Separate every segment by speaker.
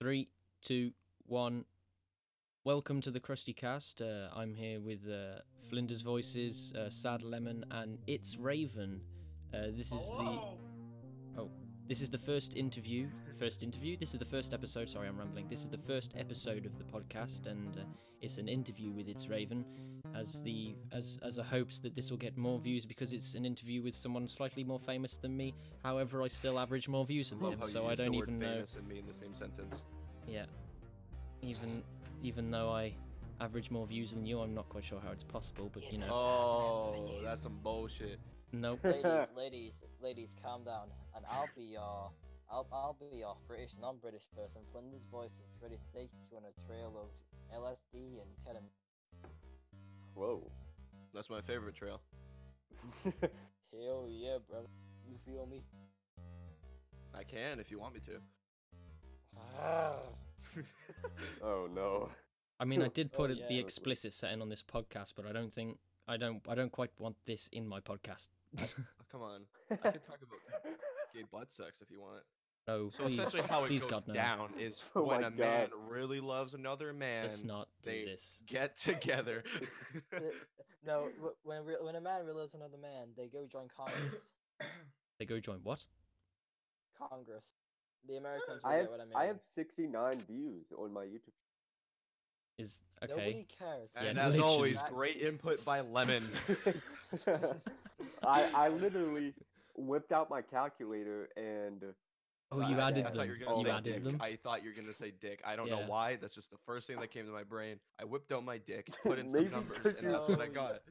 Speaker 1: Three, two, one. Welcome to the Krusty Cast. Uh, I'm here with uh, Flinders Voices, uh, Sad Lemon, and It's Raven. Uh, this is the this is the first interview. First interview. This is the first episode. Sorry, I'm rambling. This is the first episode of the podcast, and uh, it's an interview with It's Raven. As the as as a hopes that this will get more views because it's an interview with someone slightly more famous than me. However, I still average more views than
Speaker 2: Love
Speaker 1: him,
Speaker 2: how you
Speaker 1: so I
Speaker 2: used the
Speaker 1: don't
Speaker 2: word
Speaker 1: even know.
Speaker 2: famous and me in the same sentence.
Speaker 1: Yeah. Even even though I average more views than you, I'm not quite sure how it's possible, but you know.
Speaker 2: Oh, that's some bullshit.
Speaker 1: Nope.
Speaker 3: ladies, ladies, ladies, calm down, and I'll be your, I'll, I'll be your British, non-British person. Flinders voice is ready to take you on a trail of LSD and ketamine.
Speaker 4: Whoa.
Speaker 2: That's my favorite trail.
Speaker 3: Hell yeah, brother. You feel me?
Speaker 2: I can if you want me to.
Speaker 4: oh no.
Speaker 1: I mean I did
Speaker 3: Oh,
Speaker 1: put it
Speaker 3: yeah.
Speaker 1: the explicit setting on this podcast, but I don't think I don't I don't quite want this in my podcast.
Speaker 2: Oh, come on, I can talk about gay butt sex if you want.
Speaker 1: no,
Speaker 2: So
Speaker 1: please,
Speaker 2: essentially, how it
Speaker 1: please
Speaker 2: goes
Speaker 1: God no.
Speaker 2: down is
Speaker 4: Oh
Speaker 2: when
Speaker 4: my
Speaker 2: a man
Speaker 4: God.
Speaker 2: really loves another man,
Speaker 1: Let's not do
Speaker 2: they-
Speaker 1: this.
Speaker 2: get together.
Speaker 3: no, wh- when re- when a man reloads another man, they go join Congress.
Speaker 1: They go join what?
Speaker 3: Congress. The Americans will
Speaker 4: I
Speaker 3: get
Speaker 4: have,
Speaker 3: what I mean.
Speaker 4: I have 69 views on my YouTube.
Speaker 1: Is okay.
Speaker 3: Nobody cares.
Speaker 2: and
Speaker 1: Yeah,
Speaker 2: as
Speaker 1: literally.
Speaker 2: always,
Speaker 3: That-
Speaker 2: great input by Lemon.
Speaker 4: I, I literally whipped out my calculator and
Speaker 1: oh, you
Speaker 4: I- I
Speaker 1: added
Speaker 2: I thought
Speaker 1: them.
Speaker 2: you were
Speaker 1: You,
Speaker 2: gonna say
Speaker 1: added
Speaker 2: dick.
Speaker 1: them.
Speaker 2: I thought you were gonna say dick. I don't know
Speaker 1: Yeah.
Speaker 2: why. That's just the first thing that came to my brain. I whipped out my dick, put in some
Speaker 4: Maybe
Speaker 2: numbers,
Speaker 4: because
Speaker 2: and that's what I
Speaker 3: you-
Speaker 2: got.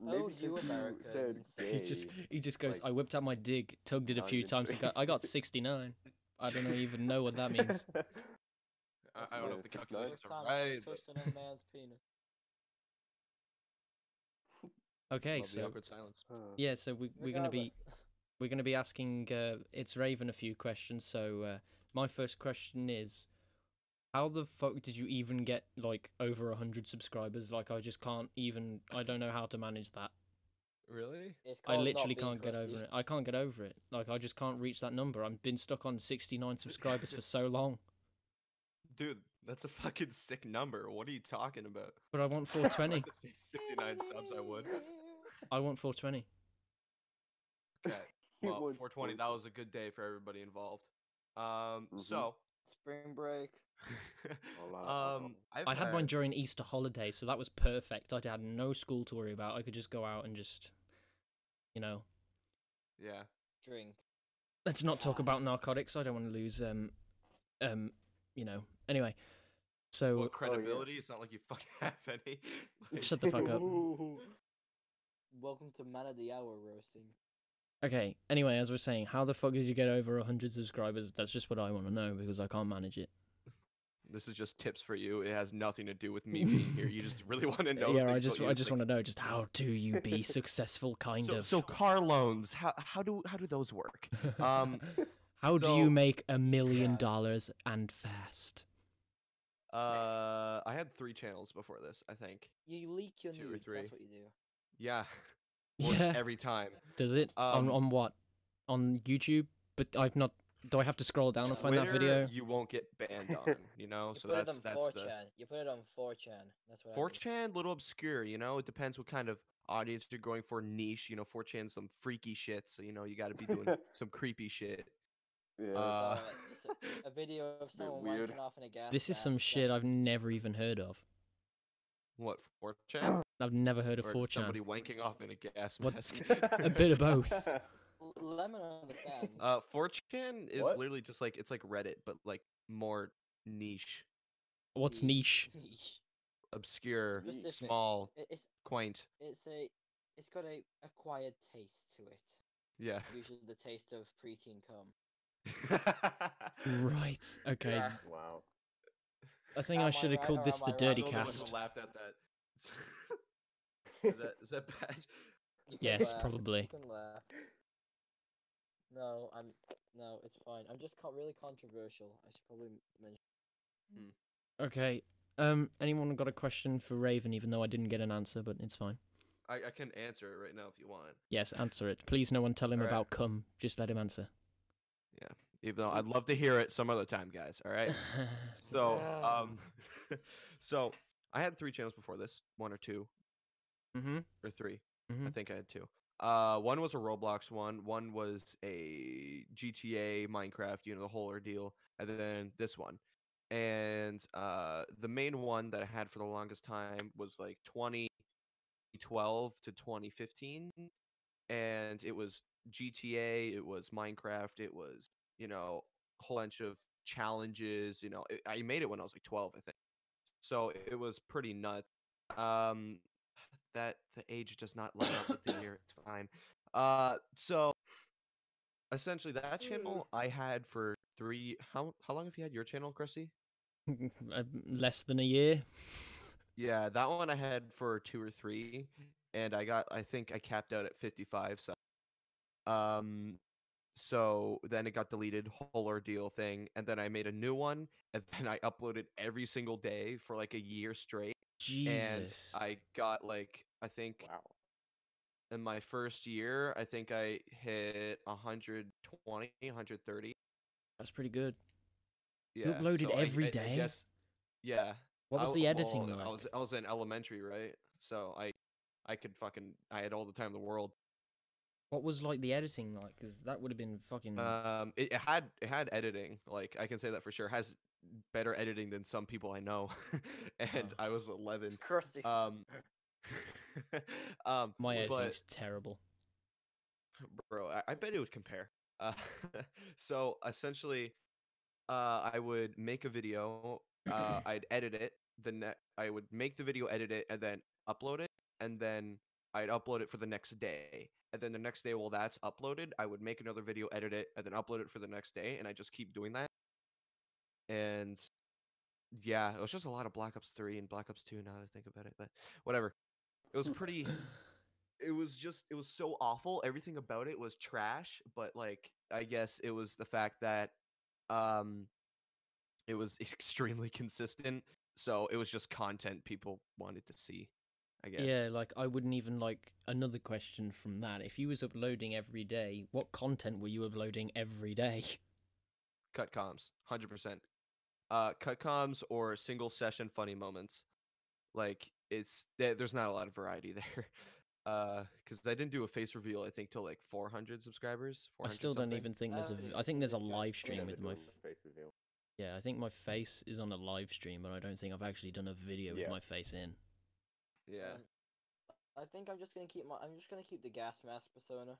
Speaker 4: maybe
Speaker 3: you
Speaker 4: since you said
Speaker 3: Americans.
Speaker 1: He just
Speaker 4: gay,
Speaker 1: he just goes.
Speaker 4: like,
Speaker 1: I whipped out my dig, tugged it a
Speaker 4: not
Speaker 1: few
Speaker 4: even
Speaker 1: times. And got, I got
Speaker 4: three.
Speaker 1: sixty nine. I don't even know what that means.
Speaker 2: I,
Speaker 3: That's
Speaker 2: I don't know
Speaker 4: nice.
Speaker 2: if the
Speaker 4: That's
Speaker 2: calculations
Speaker 3: First
Speaker 2: are
Speaker 3: time I
Speaker 2: right. but-
Speaker 3: touched another man's penis.
Speaker 1: Okay,
Speaker 2: Love the
Speaker 1: so
Speaker 2: awkward silence.
Speaker 4: Uh,
Speaker 1: yeah, so we, we're gonna be
Speaker 3: Regardless.
Speaker 1: we're going to be asking uh, it's raven a few questions so uh, my first question is how the fuck did you even get like over 100 subscribers like i just can't even i don't know how to manage that
Speaker 2: Really?
Speaker 3: It's
Speaker 1: i
Speaker 3: called not
Speaker 1: literally
Speaker 3: being
Speaker 1: can't get
Speaker 3: pussy.
Speaker 1: over it i can't get over it like i just can't reach that number i've been stuck on 69 subscribers for so long
Speaker 2: Dude, that's a fucking sick number. What are you talking about?
Speaker 1: but i want 420
Speaker 2: If it's 69 subs, I would.
Speaker 1: i want 420
Speaker 2: Okay.
Speaker 4: He
Speaker 2: Well,
Speaker 4: would
Speaker 2: 420, that was a good day for everybody involved. Um,
Speaker 4: Mhm.
Speaker 2: so,
Speaker 3: Spring break.
Speaker 4: Oh, Hola.
Speaker 2: um, I've
Speaker 1: i had mine
Speaker 2: had-
Speaker 1: during easter holiday so that was perfect i had no school to worry about i could just go out and just you know Oh,
Speaker 2: Yeah.
Speaker 3: Drink.
Speaker 1: Let's not talk about
Speaker 3: Fast.
Speaker 1: narcotics. I don't want to lose um um you know. Anyway. So
Speaker 2: Well, credibility, it's not like you fucking have any.
Speaker 1: oh,
Speaker 2: Like,
Speaker 1: shut the fuck up.
Speaker 3: Welcome to Man of the Hour roasting.
Speaker 1: Okay. Anyway, as we're saying, how the fuck did you get over 100 subscribers? That's just what I want to know because I can't manage it.
Speaker 2: This is just tips for you. It has nothing to do with me being here. You just really want to know.
Speaker 1: yeah, I just I just want to know just how do you be successful kind
Speaker 2: so,
Speaker 1: of.
Speaker 2: So car loans, how how do how do those work? um,
Speaker 1: how do you
Speaker 2: so-
Speaker 1: make a million
Speaker 3: God.
Speaker 1: dollars and fast?
Speaker 2: Uh, I had three channels before this. I think.
Speaker 3: You leak your
Speaker 2: Two or
Speaker 3: nudes. That's
Speaker 2: three. Oh,
Speaker 3: what you do.
Speaker 2: Yeah. Works
Speaker 1: Yeah.
Speaker 2: every time.
Speaker 1: Does it on
Speaker 2: Um,
Speaker 1: on what? On YouTube? But I've not do I have to scroll down to find that
Speaker 2: Twitter,
Speaker 1: video?
Speaker 2: You won't get banned on, you know.
Speaker 3: You
Speaker 2: so
Speaker 3: put
Speaker 2: that's
Speaker 3: it on
Speaker 2: that's
Speaker 3: 4chan.
Speaker 2: the
Speaker 3: You put it on 4chan. That's what. I do.
Speaker 2: 4chan, little obscure, you know. It depends what kind of audience you're going for. Niche, you know. 4chan's some freaky shit, so you know you got to be doing some creepy shit.
Speaker 4: yeah.
Speaker 2: Uh,
Speaker 3: Uh, just a, a video of someone
Speaker 4: weird.
Speaker 3: wanking off in a gas.
Speaker 1: This is some
Speaker 3: mask,
Speaker 1: shit
Speaker 3: that's-
Speaker 1: I've never even heard of.
Speaker 2: what 4chan?
Speaker 1: I've never heard of
Speaker 2: Or
Speaker 1: 4chan.
Speaker 2: somebody wanking off in a gas
Speaker 1: What-
Speaker 2: mask.
Speaker 4: Uh,
Speaker 1: A bit of both.
Speaker 3: L- Lemon understands.
Speaker 2: uh, 4chan is
Speaker 4: What?
Speaker 2: literally just like it's like Reddit, but like more niche,
Speaker 1: What's niche?
Speaker 3: Niche.
Speaker 2: obscure,
Speaker 3: Specific.
Speaker 2: small,
Speaker 3: It- It's
Speaker 2: quaint.
Speaker 3: it's a it's got a acquired taste to it.
Speaker 2: Yeah.
Speaker 3: Usually the taste of preteen cum.
Speaker 1: Right. Okay.
Speaker 2: Yeah.
Speaker 4: wow.
Speaker 1: I think I
Speaker 3: Am I
Speaker 1: should have
Speaker 3: right
Speaker 1: called
Speaker 3: or
Speaker 1: this
Speaker 3: am
Speaker 1: the
Speaker 3: I
Speaker 1: Dirty
Speaker 3: wrong?
Speaker 2: I'm the one who
Speaker 1: Cast.
Speaker 2: laughed at that. is that is that bad?
Speaker 3: You can
Speaker 1: Yes,
Speaker 3: laugh, You
Speaker 1: probably.
Speaker 3: can laugh. No, I'm no, it's fine. I'm just co- really controversial. I should probably m- mention.
Speaker 1: Okay. Um. Anyone got a question for Raven? Even though I didn't get an answer, but it's fine.
Speaker 2: I, I can answer it right now if you want.
Speaker 1: Yes, answer it. Please, no one tell him
Speaker 2: Alright.
Speaker 1: about cum. Just let him answer.
Speaker 2: even though I'd love to hear it some other time, guys. All right. So, um, so I had three channels before this, one or two
Speaker 1: mm-hmm.
Speaker 2: or 3 I
Speaker 1: Mhm.
Speaker 2: think I had two. Uh, one was a Roblox one. One was a GTA, Minecraft, you know, the whole ordeal, and then this one. And uh, the main one that I had for the longest time was like 2012 to 2015, and it was GTA, it was Minecraft, it was you know a whole bunch of challenges. You know, it, I made it when I was like 12, I think. So it was pretty nuts. Um, that the age does not line up with the year. It's fine. Uh, so essentially, that channel I had for three. How how long have you had your channel, Cressy?
Speaker 1: Uh, Less than a year.
Speaker 2: Yeah, that one I had for two or three, and I got I think I capped out at fifty five. So, um, so then it got deleted, whole ordeal thing, and then I made a new one, and then I uploaded every single day for like a year straight,
Speaker 1: Jesus.
Speaker 2: and I got like I think
Speaker 4: Wow.
Speaker 2: in my first year, I think I hit 120, 130.
Speaker 1: That's pretty good.
Speaker 2: Yeah.
Speaker 1: uploaded
Speaker 2: I-
Speaker 1: every
Speaker 2: I- I
Speaker 1: day?
Speaker 2: guess- yeah.
Speaker 1: What
Speaker 2: I
Speaker 1: was
Speaker 2: w-
Speaker 1: the editing
Speaker 2: well,
Speaker 1: like?
Speaker 2: I was I was in elementary, right? So I I could fucking I had all the time in the world.
Speaker 1: What was like the editing like? Because that would have been fucking.
Speaker 2: Um it, it had it had editing. Like I can say that for sure. It has better editing than some people I know. and
Speaker 1: Wow.
Speaker 2: I was 11.
Speaker 3: Crusty.
Speaker 2: Um um
Speaker 1: my
Speaker 2: but-
Speaker 1: editing's terrible.
Speaker 2: bro I, I bet it would compare uh, so essentially uh, i would make a video uh, i'd edit it the ne- i would make the video edit it and then upload it and then i'd upload it for the next day and then the next day while that's uploaded i would make another video edit it and then upload it for the next day and i just keep doing that and yeah it was just a lot of black ops 3 and black ops 2 now that i think about it but whatever it was pretty it was just it was so awful everything about it was trash but like i guess it was the fact that um it was extremely consistent so it was just content people wanted to see i guess
Speaker 1: Yeah, like I wouldn't even like another question from that. If you was uploading every day, what content were you uploading every day?
Speaker 2: cut comms 100% uh cut comms or single session funny moments like it's there- there's not a lot of variety there uh because i didn't do a face reveal i think till like 400 subscribers
Speaker 1: I
Speaker 2: 400
Speaker 1: still don't
Speaker 2: something.
Speaker 1: even think there's a.
Speaker 3: Oh,
Speaker 1: v-
Speaker 3: yeah,
Speaker 1: I think there's a
Speaker 3: it's got
Speaker 1: live stream
Speaker 3: screen
Speaker 4: Never
Speaker 1: with my.
Speaker 4: doing the face reveal.
Speaker 1: Yeah, I think my face is on a live stream, but I don't think I've actually done a video with
Speaker 4: Yeah.
Speaker 1: my face in.
Speaker 2: yeah
Speaker 3: Um, I think I'm just gonna keep my. I'm just gonna keep the gas mask persona.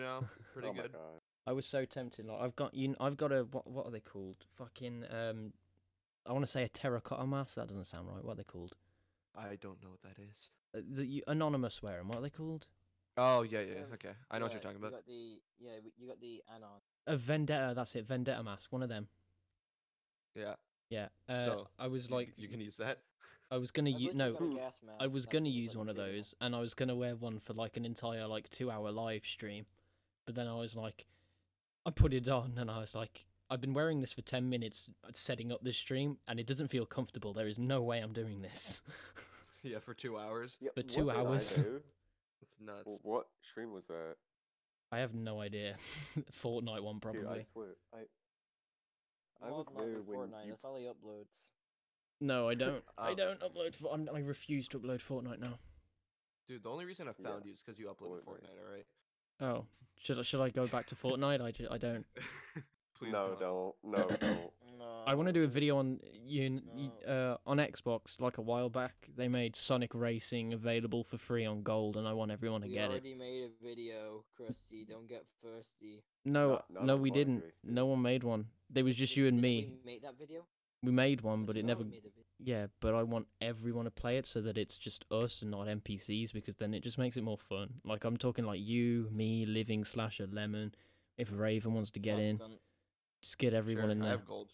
Speaker 2: know pretty
Speaker 4: oh
Speaker 2: good
Speaker 4: My God.
Speaker 1: I was so tempted. Like I've got you. kn- I've got a what? What are they called? Fucking um, I want to say a terracotta mask. That doesn't sound right. What are they called?
Speaker 2: I don't know what that is.
Speaker 1: Uh, the you, anonymous wear 'em, What are they called?
Speaker 2: Oh yeah, yeah.
Speaker 3: Um,
Speaker 2: Okay, I know what
Speaker 3: Yeah,
Speaker 2: you're talking
Speaker 3: You
Speaker 2: about.
Speaker 3: got the yeah. w- You got the anon.
Speaker 1: A vendetta. That's it. Vendetta mask. One of them.
Speaker 2: Yeah,
Speaker 1: Yeah. Uh,
Speaker 2: So,
Speaker 1: I was
Speaker 2: you-
Speaker 1: like,
Speaker 2: you, can use that.
Speaker 1: I was gonna
Speaker 3: I
Speaker 1: use
Speaker 3: literally
Speaker 1: no.
Speaker 3: got a gas mask
Speaker 1: I was
Speaker 3: that
Speaker 1: gonna
Speaker 3: looks
Speaker 1: use
Speaker 3: like a
Speaker 1: one of
Speaker 3: poodle.
Speaker 1: those, and I was gonna wear one for like an entire like two hour live stream, but then I was like, I put it on, and I was like, I've been wearing this for ten minutes uh, setting up this stream, and it doesn't feel comfortable. There is no way I'm doing this.
Speaker 2: yeah, for two hours.
Speaker 4: Yeah,
Speaker 1: But
Speaker 4: what
Speaker 1: two
Speaker 4: did I
Speaker 1: hours.
Speaker 4: do?
Speaker 2: It's nuts.
Speaker 4: Wh- What stream was that?
Speaker 1: I have no idea. Fortnite one
Speaker 4: Dude, I
Speaker 1: probably.
Speaker 4: swear, I. I
Speaker 3: Mine's
Speaker 4: was
Speaker 3: not
Speaker 4: there
Speaker 3: with
Speaker 4: when
Speaker 3: Fortnite.
Speaker 4: you
Speaker 3: That's all he uploads.
Speaker 1: No, I don't. I
Speaker 2: Oh.
Speaker 1: don't upload. For- I'm, I refuse to upload Fortnite now.
Speaker 2: Dude, the only reason I
Speaker 4: Yeah.
Speaker 2: found you is because you uploaded
Speaker 4: Fortnite.
Speaker 2: Fortnite. All right.
Speaker 1: Oh, should I should I go back to Fortnite? I, ju- I don't.
Speaker 2: Please
Speaker 4: no,
Speaker 2: don't.
Speaker 4: don't. No, don't.
Speaker 3: No.
Speaker 1: I want to do a video on you,
Speaker 3: No.
Speaker 1: uh, on Xbox like a while back. They made Sonic Racing available for free on Gold, and I want everyone to
Speaker 3: We
Speaker 1: get it.
Speaker 3: already made a video, Krusty. Don't get thirsty.
Speaker 1: No,
Speaker 4: Not- not
Speaker 1: no,
Speaker 4: on
Speaker 1: we
Speaker 4: Sonic
Speaker 1: didn't.
Speaker 4: Racing.
Speaker 1: No one made one. There was just you and
Speaker 3: Did
Speaker 1: me.
Speaker 3: We make that video.
Speaker 1: We made one,
Speaker 3: I
Speaker 1: but it
Speaker 3: forgot
Speaker 1: never.
Speaker 3: we made a vid-
Speaker 1: Yeah, but I want everyone to play it so that it's just us and not NPCs because then it just makes it more fun. Like I'm talking like you, me, Living Slasher, Lemon. If Raven wants to get in,
Speaker 3: Shotgun.
Speaker 1: just get everyone
Speaker 2: Sure,
Speaker 1: in
Speaker 2: I
Speaker 1: there.
Speaker 2: have gold.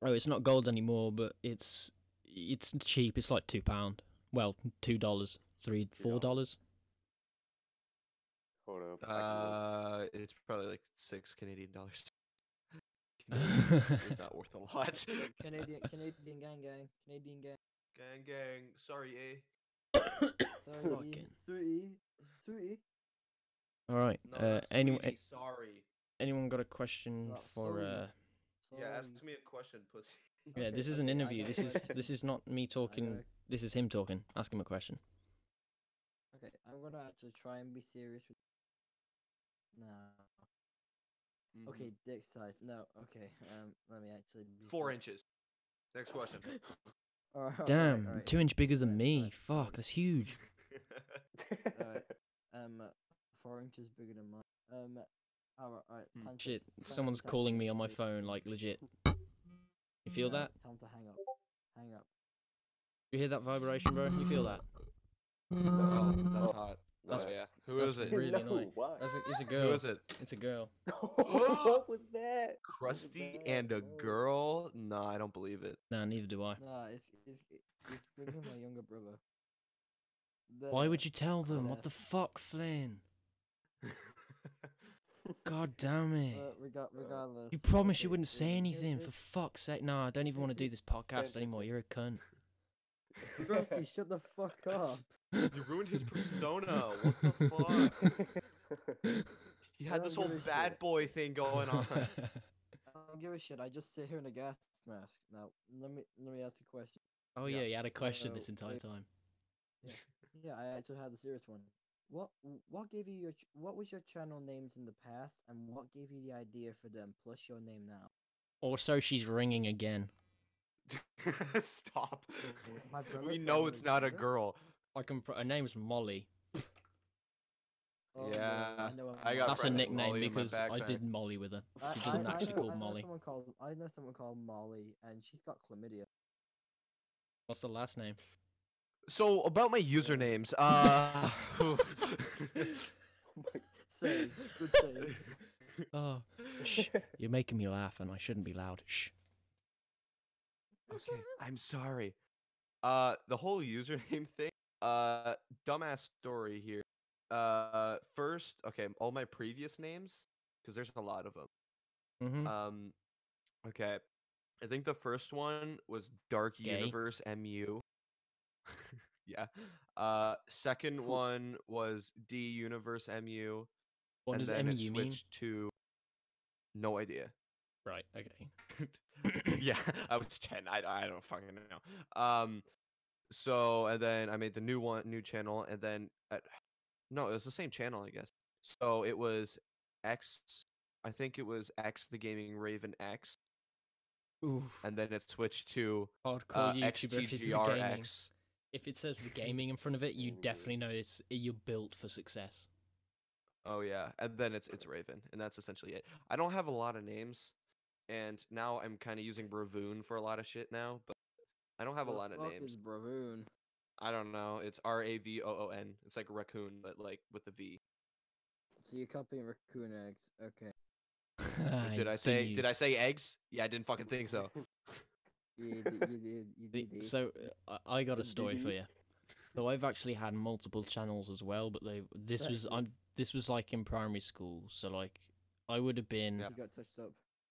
Speaker 1: Oh, it's not gold anymore, but it's it's cheap. It's like two pound. Well, two dollars, three, four dollars.
Speaker 4: Hold up. I can look.
Speaker 2: Uh, it's probably like six Canadian dollars. Canadian dollars is not worth a lot.
Speaker 3: Canadian, Canadian gang, gang, Canadian gang.
Speaker 2: gang, gang. Sorry, eh?
Speaker 3: Sorry, E.
Speaker 1: Fucking-
Speaker 3: sorry, E. sorry.
Speaker 1: All right.
Speaker 2: No,
Speaker 1: uh,
Speaker 2: not
Speaker 1: anyway,
Speaker 2: sweetie, sorry.
Speaker 1: Anyone got a question
Speaker 3: So-
Speaker 1: for?
Speaker 3: sorry.
Speaker 1: Uh,
Speaker 2: Yeah, ask
Speaker 4: Um.
Speaker 3: Sorry.
Speaker 2: me a question, pussy.
Speaker 1: yeah,
Speaker 3: Okay,
Speaker 1: this is an
Speaker 3: okay, I
Speaker 1: interview.
Speaker 3: got
Speaker 1: This
Speaker 3: a
Speaker 1: is this is not me
Speaker 3: I
Speaker 1: talking.
Speaker 3: gotta-
Speaker 1: This is him talking. Ask him a question.
Speaker 3: Okay, I'm gonna actually try and be serious with. No.
Speaker 4: Mm-hmm.
Speaker 3: Okay, dick size. No. Okay. Um, let me actually. Be
Speaker 2: Four
Speaker 3: serious.
Speaker 2: inches. Next question.
Speaker 3: Alright, alright,
Speaker 1: Damn,
Speaker 3: alright.
Speaker 1: two inch bigger
Speaker 3: Oh, Right,
Speaker 1: than me.
Speaker 3: right,
Speaker 1: Fuck, that's huge.
Speaker 4: Uh,
Speaker 3: Um, four inches bigger than mine. Um, alright, alright.
Speaker 2: Hmm.
Speaker 3: time to
Speaker 1: Shit,
Speaker 3: s- time-
Speaker 1: someone's
Speaker 3: time to
Speaker 1: calling me on my
Speaker 3: actually-
Speaker 1: phone. Like legit. You feel
Speaker 3: no,
Speaker 1: that?
Speaker 3: Time to hang up. Hang up.
Speaker 1: You hear that vibration, bro? You feel that?
Speaker 2: oh, that's hot.
Speaker 1: That's-
Speaker 2: oh, yeah. Who
Speaker 1: that's
Speaker 2: is it?
Speaker 1: really
Speaker 4: no,
Speaker 1: annoying.
Speaker 4: Why?
Speaker 1: That's a, it's a
Speaker 2: Who
Speaker 1: girl.
Speaker 2: is it?
Speaker 1: It's a girl.
Speaker 4: what was that?
Speaker 2: Krusty
Speaker 4: bad.
Speaker 2: and a
Speaker 4: Oh.
Speaker 2: girl? No, I don't believe it.
Speaker 1: Nah, neither do I.
Speaker 3: Nah, it's it's it's bringing my younger brother. That-
Speaker 1: Why would you
Speaker 3: that's
Speaker 1: tell them?
Speaker 3: on
Speaker 1: What the
Speaker 3: Earth.
Speaker 1: fuck, Flynn? God damn it.
Speaker 3: Uh, rega- regardless.
Speaker 1: You promised you
Speaker 3: okay,
Speaker 1: wouldn't say
Speaker 3: it- it-
Speaker 1: anything.
Speaker 3: it-
Speaker 1: For fuck's sake. Nah, I don't even want to do this podcast anymore. You're a cunt.
Speaker 3: Rusty, shut the fuck up.
Speaker 2: you ruined his persona. What the fuck? He
Speaker 3: I
Speaker 2: had this
Speaker 3: don't
Speaker 2: whole
Speaker 3: give a
Speaker 2: bad
Speaker 3: shit.
Speaker 2: boy thing going on.
Speaker 3: I don't give a shit. I just sit here in a gas mask. Now, let me let me ask you a question.
Speaker 1: oh,
Speaker 2: Yeah,
Speaker 1: yeah, you had a question this
Speaker 3: so,
Speaker 1: entire
Speaker 3: wait.
Speaker 1: time.
Speaker 3: Yeah, I actually had a serious one. What what gave you your ch- what was your channel names in the past, and what gave you the idea for them plus your name now?
Speaker 1: Also, she's ringing again.
Speaker 2: Stop.
Speaker 3: My brother's
Speaker 2: We
Speaker 3: got
Speaker 2: know
Speaker 3: a
Speaker 2: it's not a
Speaker 3: girl.
Speaker 2: girl.
Speaker 1: I can. Pr- her name's Molly.
Speaker 3: Oh, no,
Speaker 2: Yeah,
Speaker 3: know
Speaker 2: I
Speaker 3: I'm
Speaker 2: got
Speaker 3: not.
Speaker 1: That's a
Speaker 2: friends with
Speaker 1: nickname
Speaker 2: Molly in my
Speaker 1: because I
Speaker 2: backpack.
Speaker 1: did Molly with her.
Speaker 3: I-
Speaker 1: She doesn't
Speaker 3: I- I
Speaker 1: actually
Speaker 3: know-
Speaker 1: call
Speaker 3: I know
Speaker 1: Molly.
Speaker 3: someone called- I know someone called Molly, and she's got chlamydia.
Speaker 1: What's the last name?
Speaker 2: So about my usernames, uh,
Speaker 3: Save, good save.
Speaker 1: Oh, shh. You're making me laugh, and I shouldn't be loud. Shh. Okay.
Speaker 2: I'm sorry. Uh, the whole username thing. Uh, dumbass story here. Uh, first, okay, all my previous names, because there's a lot of them.
Speaker 1: hmm
Speaker 2: Um, okay, I think the first one was Dark
Speaker 1: Gay.
Speaker 2: Universe MU. yeah. Uh, second one was D Universe MU.
Speaker 1: what
Speaker 2: and
Speaker 1: does
Speaker 2: then
Speaker 1: MU
Speaker 2: it
Speaker 1: mean?
Speaker 2: switched to no idea.
Speaker 1: Right. Okay.
Speaker 2: yeah, I was ten. I, I don't fucking know. Um, so and then I made the new one, new channel, and then at, no, it was the same channel, I guess. So it was X. I think it was X the Gaming Raven X,
Speaker 1: Oof.
Speaker 2: and then it switched to
Speaker 1: Hardcore
Speaker 2: uh,
Speaker 1: YouTuber if it's the gaming.
Speaker 2: XTGRX.
Speaker 1: If it says the gaming in front of it, you
Speaker 4: Ooh.
Speaker 1: definitely know it's you're built for success.
Speaker 2: Oh yeah, and then it's it's Raven, and that's essentially it. I don't have a lot of names, and now I'm kind of using Bravoon for a lot of shit now, but I don't have a
Speaker 3: The
Speaker 2: lot of
Speaker 3: fuck
Speaker 2: names.
Speaker 3: Is Bravoon.
Speaker 2: I don't know. It's R A V O O N. It's like raccoon, but like with the V.
Speaker 3: So you're copying raccoon eggs. Okay.
Speaker 2: did I say did I say eggs? Yeah, I didn't fucking think so.
Speaker 3: You did. You did. You
Speaker 1: The-
Speaker 3: did. it.
Speaker 1: so uh, I I got a story for
Speaker 4: DD.
Speaker 1: you. So I've actually had multiple channels as well, but they this was I'm,
Speaker 3: Sexist.
Speaker 1: this was like in primary school. So like I would have been
Speaker 3: You got touched up.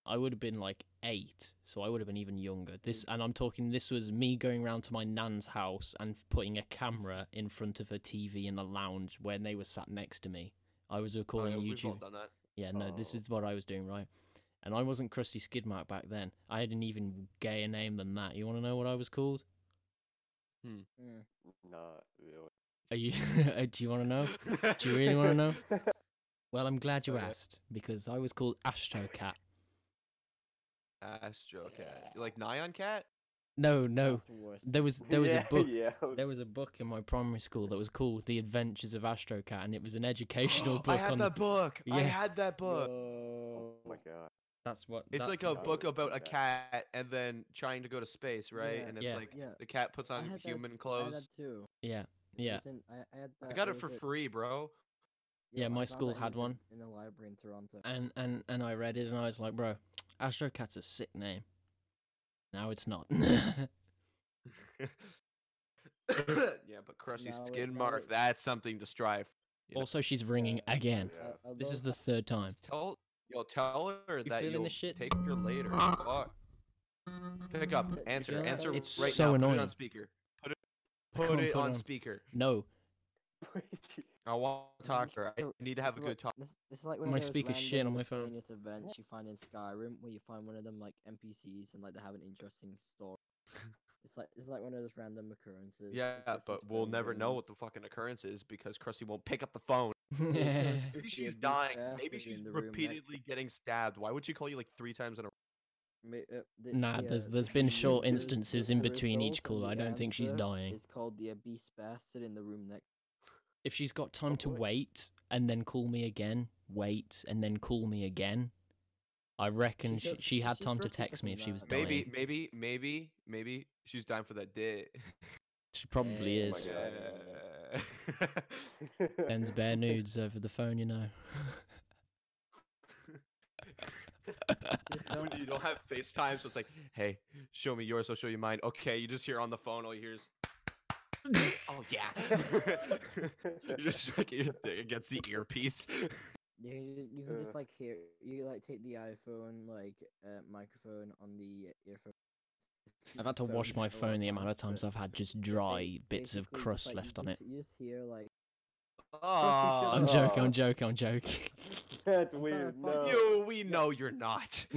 Speaker 1: I would have been like eight, so I would have been even younger. This and I'm talking this was me going round to my nan's house and f- putting a camera in front of her TV in the lounge when they were sat next to me. I was
Speaker 2: Oh,
Speaker 1: recording
Speaker 2: yeah, we've all
Speaker 1: YouTube.
Speaker 2: done that.
Speaker 1: Yeah, no, this
Speaker 4: Oh.
Speaker 1: is what I was doing, right? And I wasn't Krusty Skidmark back then. I had an even gayer name than that. You want to know what I was called?
Speaker 3: Mm.
Speaker 4: Not really.
Speaker 1: Are you? uh, do you want to know? Do you really want to know? Well, I'm glad you
Speaker 2: Okay.
Speaker 1: asked because I was called Astro Cat.
Speaker 2: Astro Cat. You like Nyan Cat?
Speaker 1: No, no,
Speaker 3: That's worse.
Speaker 1: there was there was
Speaker 4: yeah,
Speaker 1: a book.
Speaker 4: Yeah.
Speaker 1: There was a book in my primary school that was called The Adventures of Astro Cat, and it was an educational
Speaker 2: I
Speaker 1: book.
Speaker 2: had
Speaker 1: on...
Speaker 2: that book. I
Speaker 1: Yeah.
Speaker 2: had that book.
Speaker 4: Oh my
Speaker 3: Yo.
Speaker 4: god.
Speaker 1: That's what.
Speaker 2: It's
Speaker 1: that
Speaker 2: like a
Speaker 1: was-
Speaker 4: I
Speaker 2: book
Speaker 4: would
Speaker 2: about a
Speaker 4: read
Speaker 2: cat and then trying to go to space, right?
Speaker 3: Yeah.
Speaker 2: and it's
Speaker 1: Yeah.
Speaker 2: like
Speaker 3: Yeah.
Speaker 2: the cat puts on
Speaker 3: had that-
Speaker 2: human
Speaker 3: I had
Speaker 2: clothes.
Speaker 3: that too.
Speaker 1: Yeah,
Speaker 3: It
Speaker 1: yeah.
Speaker 3: was in- I, I had that.
Speaker 2: I got it
Speaker 3: was
Speaker 2: for
Speaker 3: at-
Speaker 2: free, bro.
Speaker 1: Yeah,
Speaker 3: I
Speaker 1: my
Speaker 3: found
Speaker 1: school
Speaker 3: that in
Speaker 1: had
Speaker 3: the-
Speaker 1: one.
Speaker 3: in the library in Toronto.
Speaker 1: and and and I read it, and I was like, bro, Astro Cat's a sick name. Now it's not.
Speaker 2: yeah, but crusty
Speaker 3: Now it-
Speaker 2: skin
Speaker 3: now
Speaker 2: mark,
Speaker 3: it's-
Speaker 2: that's something to strive. You know.
Speaker 1: also, she's ringing
Speaker 3: Yeah.
Speaker 1: again.
Speaker 4: Yeah.
Speaker 3: I, I
Speaker 1: This is
Speaker 3: love-
Speaker 1: the third time.
Speaker 2: Tell yo, tell her that
Speaker 1: feeling
Speaker 2: you'll
Speaker 1: this shit?
Speaker 2: take her later. Fuck. Pick up.
Speaker 3: Is it-
Speaker 2: Answer.
Speaker 3: yeah,
Speaker 2: Answer
Speaker 3: it's
Speaker 2: right
Speaker 1: so
Speaker 2: now. Put it
Speaker 1: annoying.
Speaker 2: on speaker. Put it.
Speaker 1: Come
Speaker 2: Put it on
Speaker 1: on.
Speaker 2: speaker.
Speaker 1: No,
Speaker 2: I want to
Speaker 3: This is
Speaker 2: talk
Speaker 3: like-
Speaker 2: to her. I
Speaker 3: no,
Speaker 2: need to
Speaker 3: this
Speaker 2: have a
Speaker 3: is
Speaker 2: good
Speaker 3: like-
Speaker 2: talk.
Speaker 3: This, this is like when
Speaker 1: My
Speaker 3: I go to
Speaker 1: speaker's shit
Speaker 3: random
Speaker 1: on my phone.
Speaker 3: miscellaneous events you find in Skyrim, where you find one of them like NPCs and like they have an interesting story. it's like it's like one of those random occurrences.
Speaker 2: Yeah,
Speaker 3: that Chris
Speaker 2: but
Speaker 3: has
Speaker 2: we'll
Speaker 3: found
Speaker 2: never know what the
Speaker 3: once.
Speaker 2: fucking occurrence is because Krusty won't pick up the phone.
Speaker 3: Because
Speaker 1: That's
Speaker 3: if
Speaker 2: Maybe
Speaker 3: she
Speaker 2: she's
Speaker 3: abused
Speaker 2: dying.
Speaker 3: her
Speaker 2: Maybe
Speaker 3: acid
Speaker 2: she's
Speaker 3: in the room next
Speaker 2: repeatedly getting stabbed. Why would she call you like three times in a row?
Speaker 3: Ma- uh, the-
Speaker 1: Nah,
Speaker 3: yeah,
Speaker 1: there's
Speaker 3: the-
Speaker 1: there's been
Speaker 3: the-
Speaker 1: short
Speaker 3: the-
Speaker 1: instances
Speaker 3: the-
Speaker 1: in
Speaker 3: the
Speaker 1: between each
Speaker 3: result and
Speaker 1: call. I
Speaker 3: the
Speaker 1: don't think she's
Speaker 3: answer
Speaker 1: dying.
Speaker 3: It's called the obese bastard in the room next.
Speaker 1: If she's got time to
Speaker 2: boy.
Speaker 1: wait and then call me again, wait and then call me again, I reckon she,
Speaker 3: just-
Speaker 1: she had
Speaker 3: she's
Speaker 1: time to
Speaker 3: roughly
Speaker 1: text me if she
Speaker 3: fucking
Speaker 1: was
Speaker 3: mad.
Speaker 1: dying.
Speaker 2: Maybe, maybe, maybe, maybe she's dying for that dick.
Speaker 1: She probably
Speaker 3: Yeah,
Speaker 1: is.
Speaker 3: Oh my God.
Speaker 1: Sends bare nudes over the phone, you know.
Speaker 3: Just
Speaker 2: when you don't have FaceTime, so it's like, hey, show me yours, I'll show you mine. Okay, you just hear on the phone, all you hear is, oh yeah. you just strike your dick against the earpiece.
Speaker 3: You can just, you can just
Speaker 4: Uh.
Speaker 3: like hear you like take the iPhone like uh, microphone on the earphone.
Speaker 1: I've had to wash my phone the amount of times I've had just dry
Speaker 3: Ba-
Speaker 1: bits of
Speaker 3: basically just,
Speaker 1: crust
Speaker 3: like, you
Speaker 1: left on it.
Speaker 3: just- You just hear like
Speaker 2: Oh,
Speaker 1: I'm
Speaker 4: up.
Speaker 1: joking, I'm joking, I'm joking.
Speaker 4: That's
Speaker 3: I'm trying to
Speaker 4: weird.
Speaker 3: find
Speaker 4: No.
Speaker 2: you, we know you're not.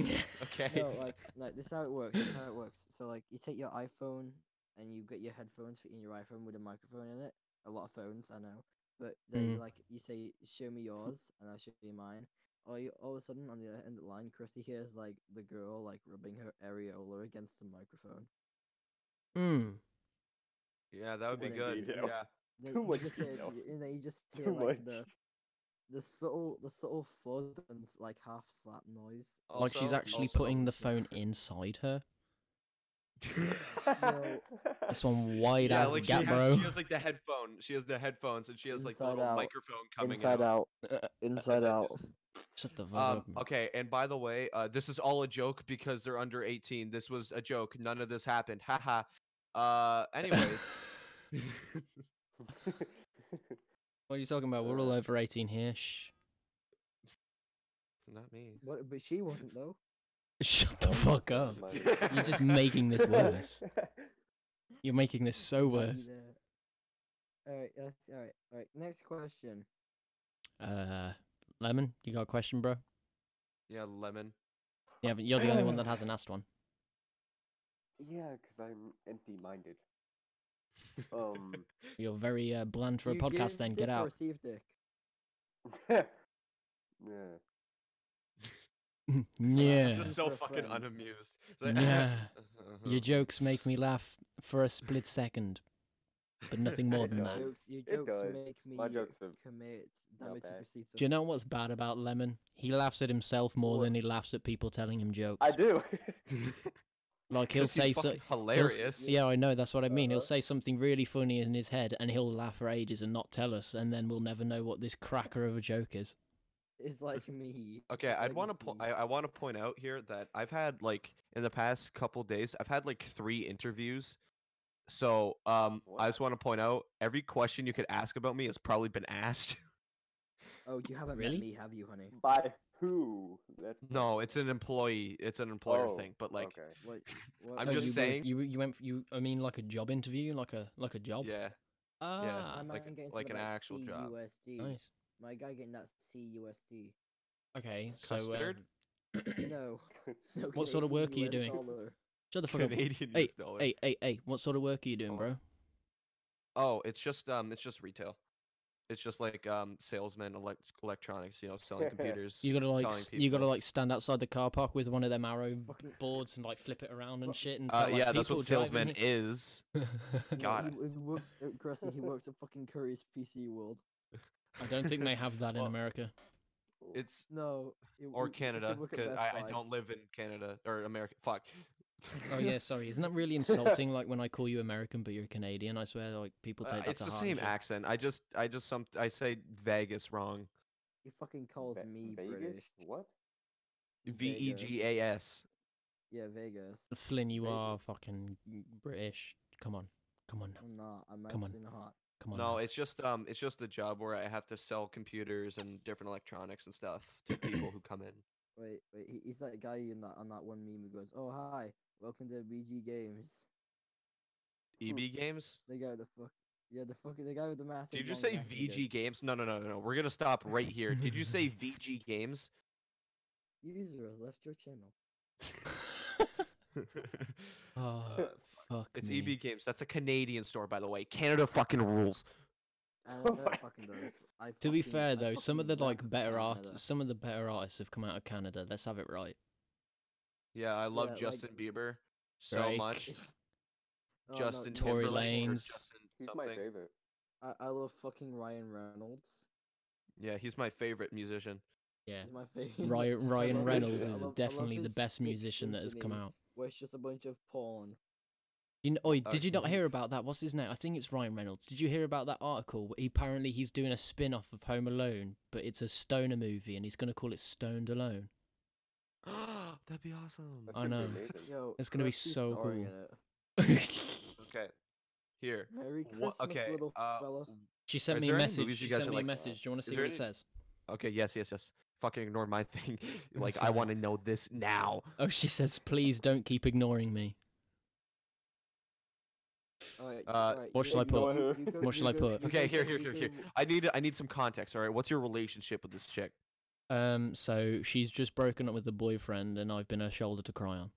Speaker 2: Okay.
Speaker 3: no like like this is how it works. This is how it works. So like you take your iPhone and you get your headphones for in your iPhone with a microphone in it. A lot of phones, I know, but they
Speaker 1: Mhm.
Speaker 3: like you say, "Show me yours," and I will show you mine. Or you, all of a sudden on the other end of the line, Chrissy hears like the girl like rubbing her areola against the microphone.
Speaker 1: Mm.
Speaker 2: yeah, that would be
Speaker 3: Too
Speaker 2: good.
Speaker 4: much detail.
Speaker 2: Yeah.
Speaker 3: Then
Speaker 4: Too
Speaker 3: you
Speaker 4: much
Speaker 3: just hear,
Speaker 4: detail.
Speaker 3: you, and then you just hear
Speaker 4: Too
Speaker 3: like
Speaker 4: much.
Speaker 3: the the subtle the subtle thud and s- like half slap noise.
Speaker 1: like she's
Speaker 2: Also-
Speaker 1: actually
Speaker 2: also-
Speaker 1: putting the phone inside her.
Speaker 3: Yo,
Speaker 1: This one wide
Speaker 2: yeah,
Speaker 1: ass
Speaker 2: like she
Speaker 1: gap,
Speaker 2: has,
Speaker 1: bro.
Speaker 2: she has like the headphone. She has the headphones, and she has like the
Speaker 3: Inside
Speaker 2: little
Speaker 3: out.
Speaker 2: microphone coming
Speaker 3: Inside
Speaker 2: out.
Speaker 3: out,
Speaker 1: Uh,
Speaker 3: inside
Speaker 2: that
Speaker 3: out.
Speaker 1: Shut the fuck
Speaker 2: Um,
Speaker 1: up.
Speaker 2: okay, and by the way, uh, this is all a joke because they're under 18. This was a joke. None of this happened. Haha. Uh, anyways,
Speaker 1: what are you talking about? We're
Speaker 2: Uh,
Speaker 1: all over 18 here. Shh.
Speaker 2: not me.
Speaker 3: What, but she wasn't though.
Speaker 1: Shut
Speaker 2: Oh,
Speaker 1: the fuck up. You're just making this worse. You're making this so worse.
Speaker 3: All right, that's all right. All right, next question.
Speaker 1: Uh, Lemon, you got a question, bro?
Speaker 2: Yeah, lemon.
Speaker 1: You haven't, you're the only one that hasn't asked one.
Speaker 4: Yeah, because I'm empty-minded. Um,
Speaker 1: You're very uh, bland for a
Speaker 3: Do you
Speaker 1: podcast.
Speaker 3: give
Speaker 1: Then
Speaker 3: dick
Speaker 1: get
Speaker 3: or
Speaker 1: out.
Speaker 3: Receive dick.
Speaker 4: yeah.
Speaker 2: I'm
Speaker 1: yeah,
Speaker 2: just
Speaker 3: For
Speaker 2: so
Speaker 3: a
Speaker 2: fucking
Speaker 3: friend.
Speaker 2: unamused. It's
Speaker 1: Yeah.
Speaker 2: uh-huh.
Speaker 1: your jokes make me laugh for a split second, but nothing more than
Speaker 4: It
Speaker 1: that.
Speaker 4: does.
Speaker 3: Jokes, your
Speaker 4: It
Speaker 3: jokes
Speaker 4: does.
Speaker 3: make me
Speaker 4: My jokes are
Speaker 3: commit
Speaker 4: not
Speaker 3: damage to
Speaker 4: bad.
Speaker 3: proceed.
Speaker 1: Do you know what's bad about Lemon? He laughs at himself more
Speaker 4: What?
Speaker 1: than he laughs at people telling him jokes.
Speaker 4: I do.
Speaker 1: Like he'll
Speaker 2: This is
Speaker 1: say so.
Speaker 2: fucking hilarious.
Speaker 1: Yeah, I know. That's what I mean. He'll
Speaker 4: Uh-huh.
Speaker 1: say something really funny in his head, and he'll laugh for ages and not tell us, and then we'll never know what this cracker of a joke is.
Speaker 3: It's like me.
Speaker 2: Okay,
Speaker 3: It's
Speaker 2: I'd
Speaker 3: like mm.
Speaker 2: want to po-
Speaker 3: me.
Speaker 2: I, I want to point out here that I've had like in the past couple days I've had like three interviews. So um, I just want to point out every question you could ask about me has probably been asked.
Speaker 3: Oh, you haven't
Speaker 1: Really?
Speaker 3: met me, have you, honey?
Speaker 4: By who? That's
Speaker 2: no, it's an employee. It's an employer
Speaker 4: Oh,
Speaker 2: thing. But like,
Speaker 4: okay.
Speaker 3: What? what
Speaker 2: I'm
Speaker 1: Oh,
Speaker 2: just
Speaker 1: you were-
Speaker 2: saying-
Speaker 1: you you went f- you. I mean, like a job interview, like a like a job.
Speaker 2: yeah,
Speaker 1: Ah,
Speaker 3: My man
Speaker 2: like-
Speaker 3: getting
Speaker 2: like
Speaker 3: something
Speaker 2: an
Speaker 3: about
Speaker 2: actual job.
Speaker 3: CUSD.
Speaker 1: nice.
Speaker 3: My guy getting that CUSD.
Speaker 1: Okay, so uh,
Speaker 2: Custard?
Speaker 3: No. no
Speaker 1: What sort of
Speaker 3: Canadian
Speaker 1: work are you
Speaker 3: US
Speaker 1: doing?
Speaker 3: dollar.
Speaker 1: shut the fuck up.
Speaker 2: Canadian
Speaker 1: Hey,
Speaker 2: US dollar.
Speaker 1: Hey, hey, hey! What sort of work are you doing,
Speaker 2: Oh.
Speaker 1: bro?
Speaker 2: Oh, it's just um, it's just retail. It's just like um, salesman elect- electronics. You know, selling computers.
Speaker 1: You gotta like
Speaker 2: telling
Speaker 1: s- you gotta
Speaker 2: people.
Speaker 1: like stand outside the car park with one of them arrow
Speaker 3: Fucking-
Speaker 1: boards and like flip it around and
Speaker 3: Fuck.
Speaker 1: shit. And
Speaker 2: Uh,
Speaker 1: tell, like,
Speaker 2: yeah, that's what
Speaker 1: people
Speaker 2: salesman
Speaker 1: driving
Speaker 2: is.
Speaker 1: it.
Speaker 3: No,
Speaker 2: God.
Speaker 3: He, he works at Cressy, he works at fucking Curry's PC World.
Speaker 1: I don't think they have that in
Speaker 2: Well,
Speaker 1: America.
Speaker 2: It's
Speaker 3: No. it-
Speaker 2: or
Speaker 3: it- it- they
Speaker 2: Canada
Speaker 3: work at
Speaker 2: because
Speaker 3: Best
Speaker 2: I, I
Speaker 3: Buy.
Speaker 2: don't live in Canada or America. Fuck.
Speaker 1: Oh yeah, sorry. Isn't that really insulting? Like when I call you American, but you're Canadian. I swear, like people
Speaker 2: Uh,
Speaker 1: take that
Speaker 2: it's
Speaker 1: to
Speaker 2: the
Speaker 1: heart and
Speaker 2: same
Speaker 1: shit.
Speaker 2: accent. I just I just some I say Vegas wrong.
Speaker 3: He fucking calls
Speaker 4: Ve-
Speaker 3: me
Speaker 4: Vegas?
Speaker 3: British.
Speaker 4: What?
Speaker 2: V e g a s.
Speaker 3: Yeah, Vegas.
Speaker 1: Flynn, you
Speaker 4: Crazy.
Speaker 1: are fucking British. Come on, come on,
Speaker 3: I'm not. I'm
Speaker 1: Come on.
Speaker 3: actually not.
Speaker 1: come on.
Speaker 2: No,
Speaker 1: now.
Speaker 2: it's just um it's just a job where I have to sell computers and different electronics and stuff to people who come in.
Speaker 3: Wait, wait. He, he's that guy in that on that one meme who goes, "Oh hi, welcome to BG Games."
Speaker 2: EB E games.
Speaker 3: They go the fuck. Yeah, the fucking the guy with the massive.
Speaker 2: Did you
Speaker 3: long
Speaker 2: say
Speaker 3: neck.
Speaker 2: VG Games? No, no, no, no, no. We're gonna stop right here. Did you say VG Games?
Speaker 3: User has left your channel.
Speaker 1: Oh, fuck
Speaker 2: it's E
Speaker 1: me.
Speaker 2: EB Games. That's a Canadian store, by the way. Canada fucking rules.
Speaker 3: I
Speaker 4: Oh
Speaker 3: don't
Speaker 4: my
Speaker 3: know what Uh, fucking does. I
Speaker 1: To be
Speaker 3: fucking-
Speaker 1: fair
Speaker 3: I
Speaker 1: though, some of the
Speaker 3: fucking
Speaker 1: like
Speaker 3: love
Speaker 1: better
Speaker 3: Canada.
Speaker 1: artists, some of the better artists have come out of Canada. Let's have it right.
Speaker 2: Yeah, I love
Speaker 3: Yeah, like-
Speaker 2: Justin Bieber so
Speaker 1: Drake.
Speaker 2: much.
Speaker 3: Oh, no,
Speaker 2: Justin
Speaker 1: Tory
Speaker 2: Timberlake or
Speaker 1: Lanez.
Speaker 2: Justin
Speaker 4: He's my
Speaker 2: something.
Speaker 4: favorite.
Speaker 3: I, I love fucking Ryan Reynolds.
Speaker 2: Yeah, he's my favorite musician.
Speaker 1: Yeah.
Speaker 3: He's my favorite.
Speaker 1: Ryan, Ryan
Speaker 4: love
Speaker 1: Reynolds
Speaker 4: his- I
Speaker 1: is
Speaker 4: love- I
Speaker 3: love
Speaker 1: definitely the
Speaker 3: his
Speaker 1: best
Speaker 3: Stick
Speaker 1: musician that has come
Speaker 3: Symphony.
Speaker 1: out.
Speaker 3: Where it's just a bunch of porn.
Speaker 1: You know, oi,
Speaker 2: Oh,
Speaker 1: did you not
Speaker 2: yeah.
Speaker 1: hear about that? What's his name? I think it's Ryan Reynolds. Did you hear about that article? where Apparently, he's doing a spin off of Home Alone, but it's a stoner movie and he's going to call it Stoned Alone.
Speaker 2: That'd be awesome.
Speaker 4: That
Speaker 1: I
Speaker 4: could be
Speaker 1: know.
Speaker 4: amazing.
Speaker 3: Yo,
Speaker 1: It's gonna be
Speaker 3: Christy
Speaker 1: so
Speaker 3: starring
Speaker 1: cool.
Speaker 3: in it.
Speaker 2: Okay, here.
Speaker 3: Merry
Speaker 2: Wha-
Speaker 3: Christmas,
Speaker 2: okay,
Speaker 3: little
Speaker 2: uh,
Speaker 3: fella.
Speaker 1: she sent
Speaker 2: Is
Speaker 1: me a
Speaker 2: there any
Speaker 1: message.
Speaker 2: movies
Speaker 1: She
Speaker 2: you guys
Speaker 1: sent
Speaker 2: are
Speaker 1: me a
Speaker 2: like, uh,
Speaker 1: message. Do you want
Speaker 2: is
Speaker 1: to see
Speaker 2: there
Speaker 1: what it
Speaker 2: any-
Speaker 1: says?
Speaker 2: Okay, yes, yes, yes. Fucking ignore my thing. like, I
Speaker 1: Sorry.
Speaker 2: want to know this now.
Speaker 1: Oh, she says, please don't keep ignoring me.
Speaker 3: Alright,
Speaker 2: uh,
Speaker 3: alright,
Speaker 1: what
Speaker 3: you
Speaker 1: shall I
Speaker 3: go-
Speaker 1: put?
Speaker 3: you- you go-
Speaker 1: What
Speaker 3: you
Speaker 1: shall I
Speaker 3: go-
Speaker 1: put?
Speaker 3: you go-
Speaker 2: Okay, here,
Speaker 3: you
Speaker 2: here, here,
Speaker 3: go-
Speaker 2: here. I need, I need some context. All right, what's your relationship with this chick?
Speaker 1: Um, so she's just broken up with a boyfriend, and I've been her shoulder to cry on.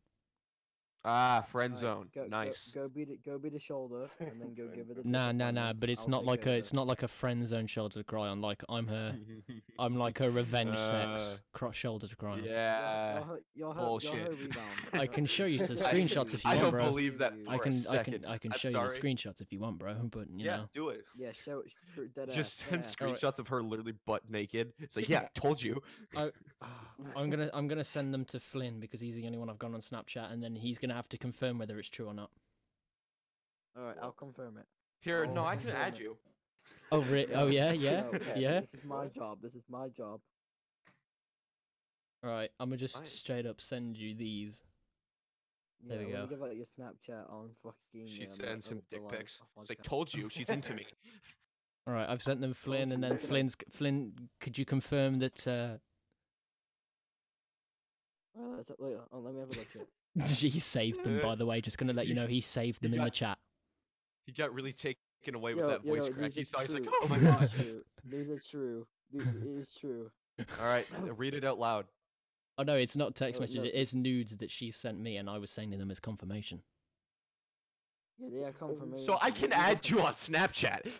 Speaker 2: Ah, friend
Speaker 3: Alright,
Speaker 2: zone.
Speaker 3: go- go-
Speaker 2: nice.
Speaker 3: Go, beat it. Go beat a shoulder, and then go give it. a
Speaker 1: Nah,
Speaker 3: dip
Speaker 1: nah,
Speaker 3: on
Speaker 1: nah.
Speaker 3: it.
Speaker 1: But it's
Speaker 3: I'll
Speaker 1: not
Speaker 3: take
Speaker 1: like a,
Speaker 3: over.
Speaker 1: it's not like a friend zone shoulder to cry on. Like I'm her, I'm like her revenge
Speaker 2: Uh,
Speaker 1: sex cro- shoulder to cry on.
Speaker 2: yeah.
Speaker 3: You'll, you'll, her- you'll,
Speaker 2: bullshit.
Speaker 3: her rebound.
Speaker 1: I can show you some
Speaker 2: I-
Speaker 1: screenshots if you
Speaker 2: I
Speaker 1: want,
Speaker 2: don't
Speaker 1: bro.
Speaker 2: believe that
Speaker 1: I
Speaker 2: for a
Speaker 1: can, I
Speaker 2: second.
Speaker 1: can, I can
Speaker 2: I'm
Speaker 1: show you
Speaker 2: sorry.
Speaker 1: the screenshots if you want, bro. But you
Speaker 2: yeah,
Speaker 1: know,
Speaker 2: do it.
Speaker 3: Yeah, show it. True, dead
Speaker 2: Just
Speaker 3: ass,
Speaker 2: send
Speaker 3: dead ass.
Speaker 1: Alright.
Speaker 2: screenshots of her literally butt naked. It's like, yeah, told you.
Speaker 1: I'm gonna, I'm gonna send them to Flynn because he's the only one I've gone on Snapchat, and then he's gonna have to confirm whether it's true or not.
Speaker 3: All right, I'll confirm it.
Speaker 2: Here, no,
Speaker 1: Oh,
Speaker 2: I can
Speaker 3: okay.
Speaker 2: add you.
Speaker 1: Oh, re- oh yeah, yeah,
Speaker 3: No, okay,
Speaker 1: yeah.
Speaker 3: This is my job. This is my job.
Speaker 1: All right, I'm gonna just
Speaker 2: Fine.
Speaker 1: straight up send you these.
Speaker 3: Yeah,
Speaker 1: There we
Speaker 3: when
Speaker 1: go.
Speaker 3: you give out your Snapchat on fucking.
Speaker 2: She
Speaker 3: um,
Speaker 2: sends him
Speaker 3: on the
Speaker 2: dick
Speaker 3: live
Speaker 2: pics. It's like,
Speaker 3: podcast.
Speaker 2: told you, she's into me.
Speaker 1: All right, I've sent them Flynn, and
Speaker 3: from
Speaker 1: then
Speaker 3: Flynn.
Speaker 1: Flynn's, Flynn, could you confirm that? uh
Speaker 3: Well, that's, wait, oh, let me have a look here.
Speaker 1: He saved them, by the way. Just gonna let you know, he saved them in the chat.
Speaker 2: He got really taken away
Speaker 3: Yo,
Speaker 2: with that
Speaker 3: yo,
Speaker 2: voice
Speaker 3: these
Speaker 2: crack.
Speaker 3: are
Speaker 2: He saw, he's like,
Speaker 3: true.
Speaker 2: oh my
Speaker 3: These are
Speaker 2: gosh.
Speaker 3: true. These are true. Th- It is true.
Speaker 2: All right, uh, read it out loud.
Speaker 1: Oh no, it's not text
Speaker 3: Oh,
Speaker 1: messages.
Speaker 3: no.
Speaker 1: It's nudes that she sent me, and I was sending them as confirmation.
Speaker 3: Yeah, they are confirmation.
Speaker 2: So I can
Speaker 3: These are
Speaker 2: add you
Speaker 3: confirm-
Speaker 2: on Snapchat.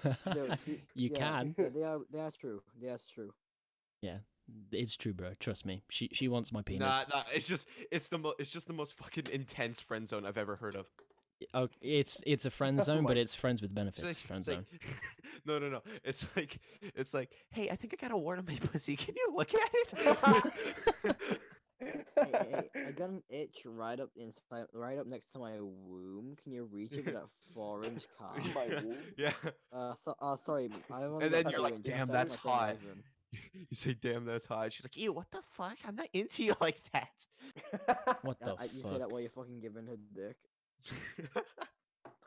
Speaker 3: Yo, the-
Speaker 1: you
Speaker 3: yeah,
Speaker 1: can.
Speaker 3: Yeah, they are. They are true. They are true.
Speaker 1: It's true, bro. Trust me. She she wants my penis.
Speaker 2: nah, nah, it's just it's the mo- it's just the most fucking intense friend zone I've ever heard of.
Speaker 1: Oh, it's it's a friend
Speaker 4: Oh
Speaker 1: zone, but
Speaker 4: my-
Speaker 1: it's friends with
Speaker 2: It's
Speaker 1: benefits.
Speaker 2: like-
Speaker 1: friend
Speaker 2: it's
Speaker 1: zone.
Speaker 2: like- no, no, no. It's like it's like, hey, I think I got a wart on my pussy. Can you look at it?
Speaker 3: Hey, hey, hey, I got an itch right up inside, right up next to my womb. Can you reach it with that four inch cock?
Speaker 4: My womb?
Speaker 2: yeah.
Speaker 3: Uh, so, uh, sorry. I only
Speaker 2: Oh And
Speaker 3: got
Speaker 2: then you're
Speaker 3: two
Speaker 2: like,
Speaker 3: inches,
Speaker 2: damn,
Speaker 3: so I
Speaker 2: that's
Speaker 3: must only
Speaker 2: hot.
Speaker 3: have them.
Speaker 2: You say, damn, that's hot. She's like, ew, what the fuck? I'm not into you like that.
Speaker 1: What
Speaker 3: Yeah,
Speaker 1: the
Speaker 3: I- Uh, you
Speaker 1: fuck?
Speaker 3: say that while you're fucking giving her dick.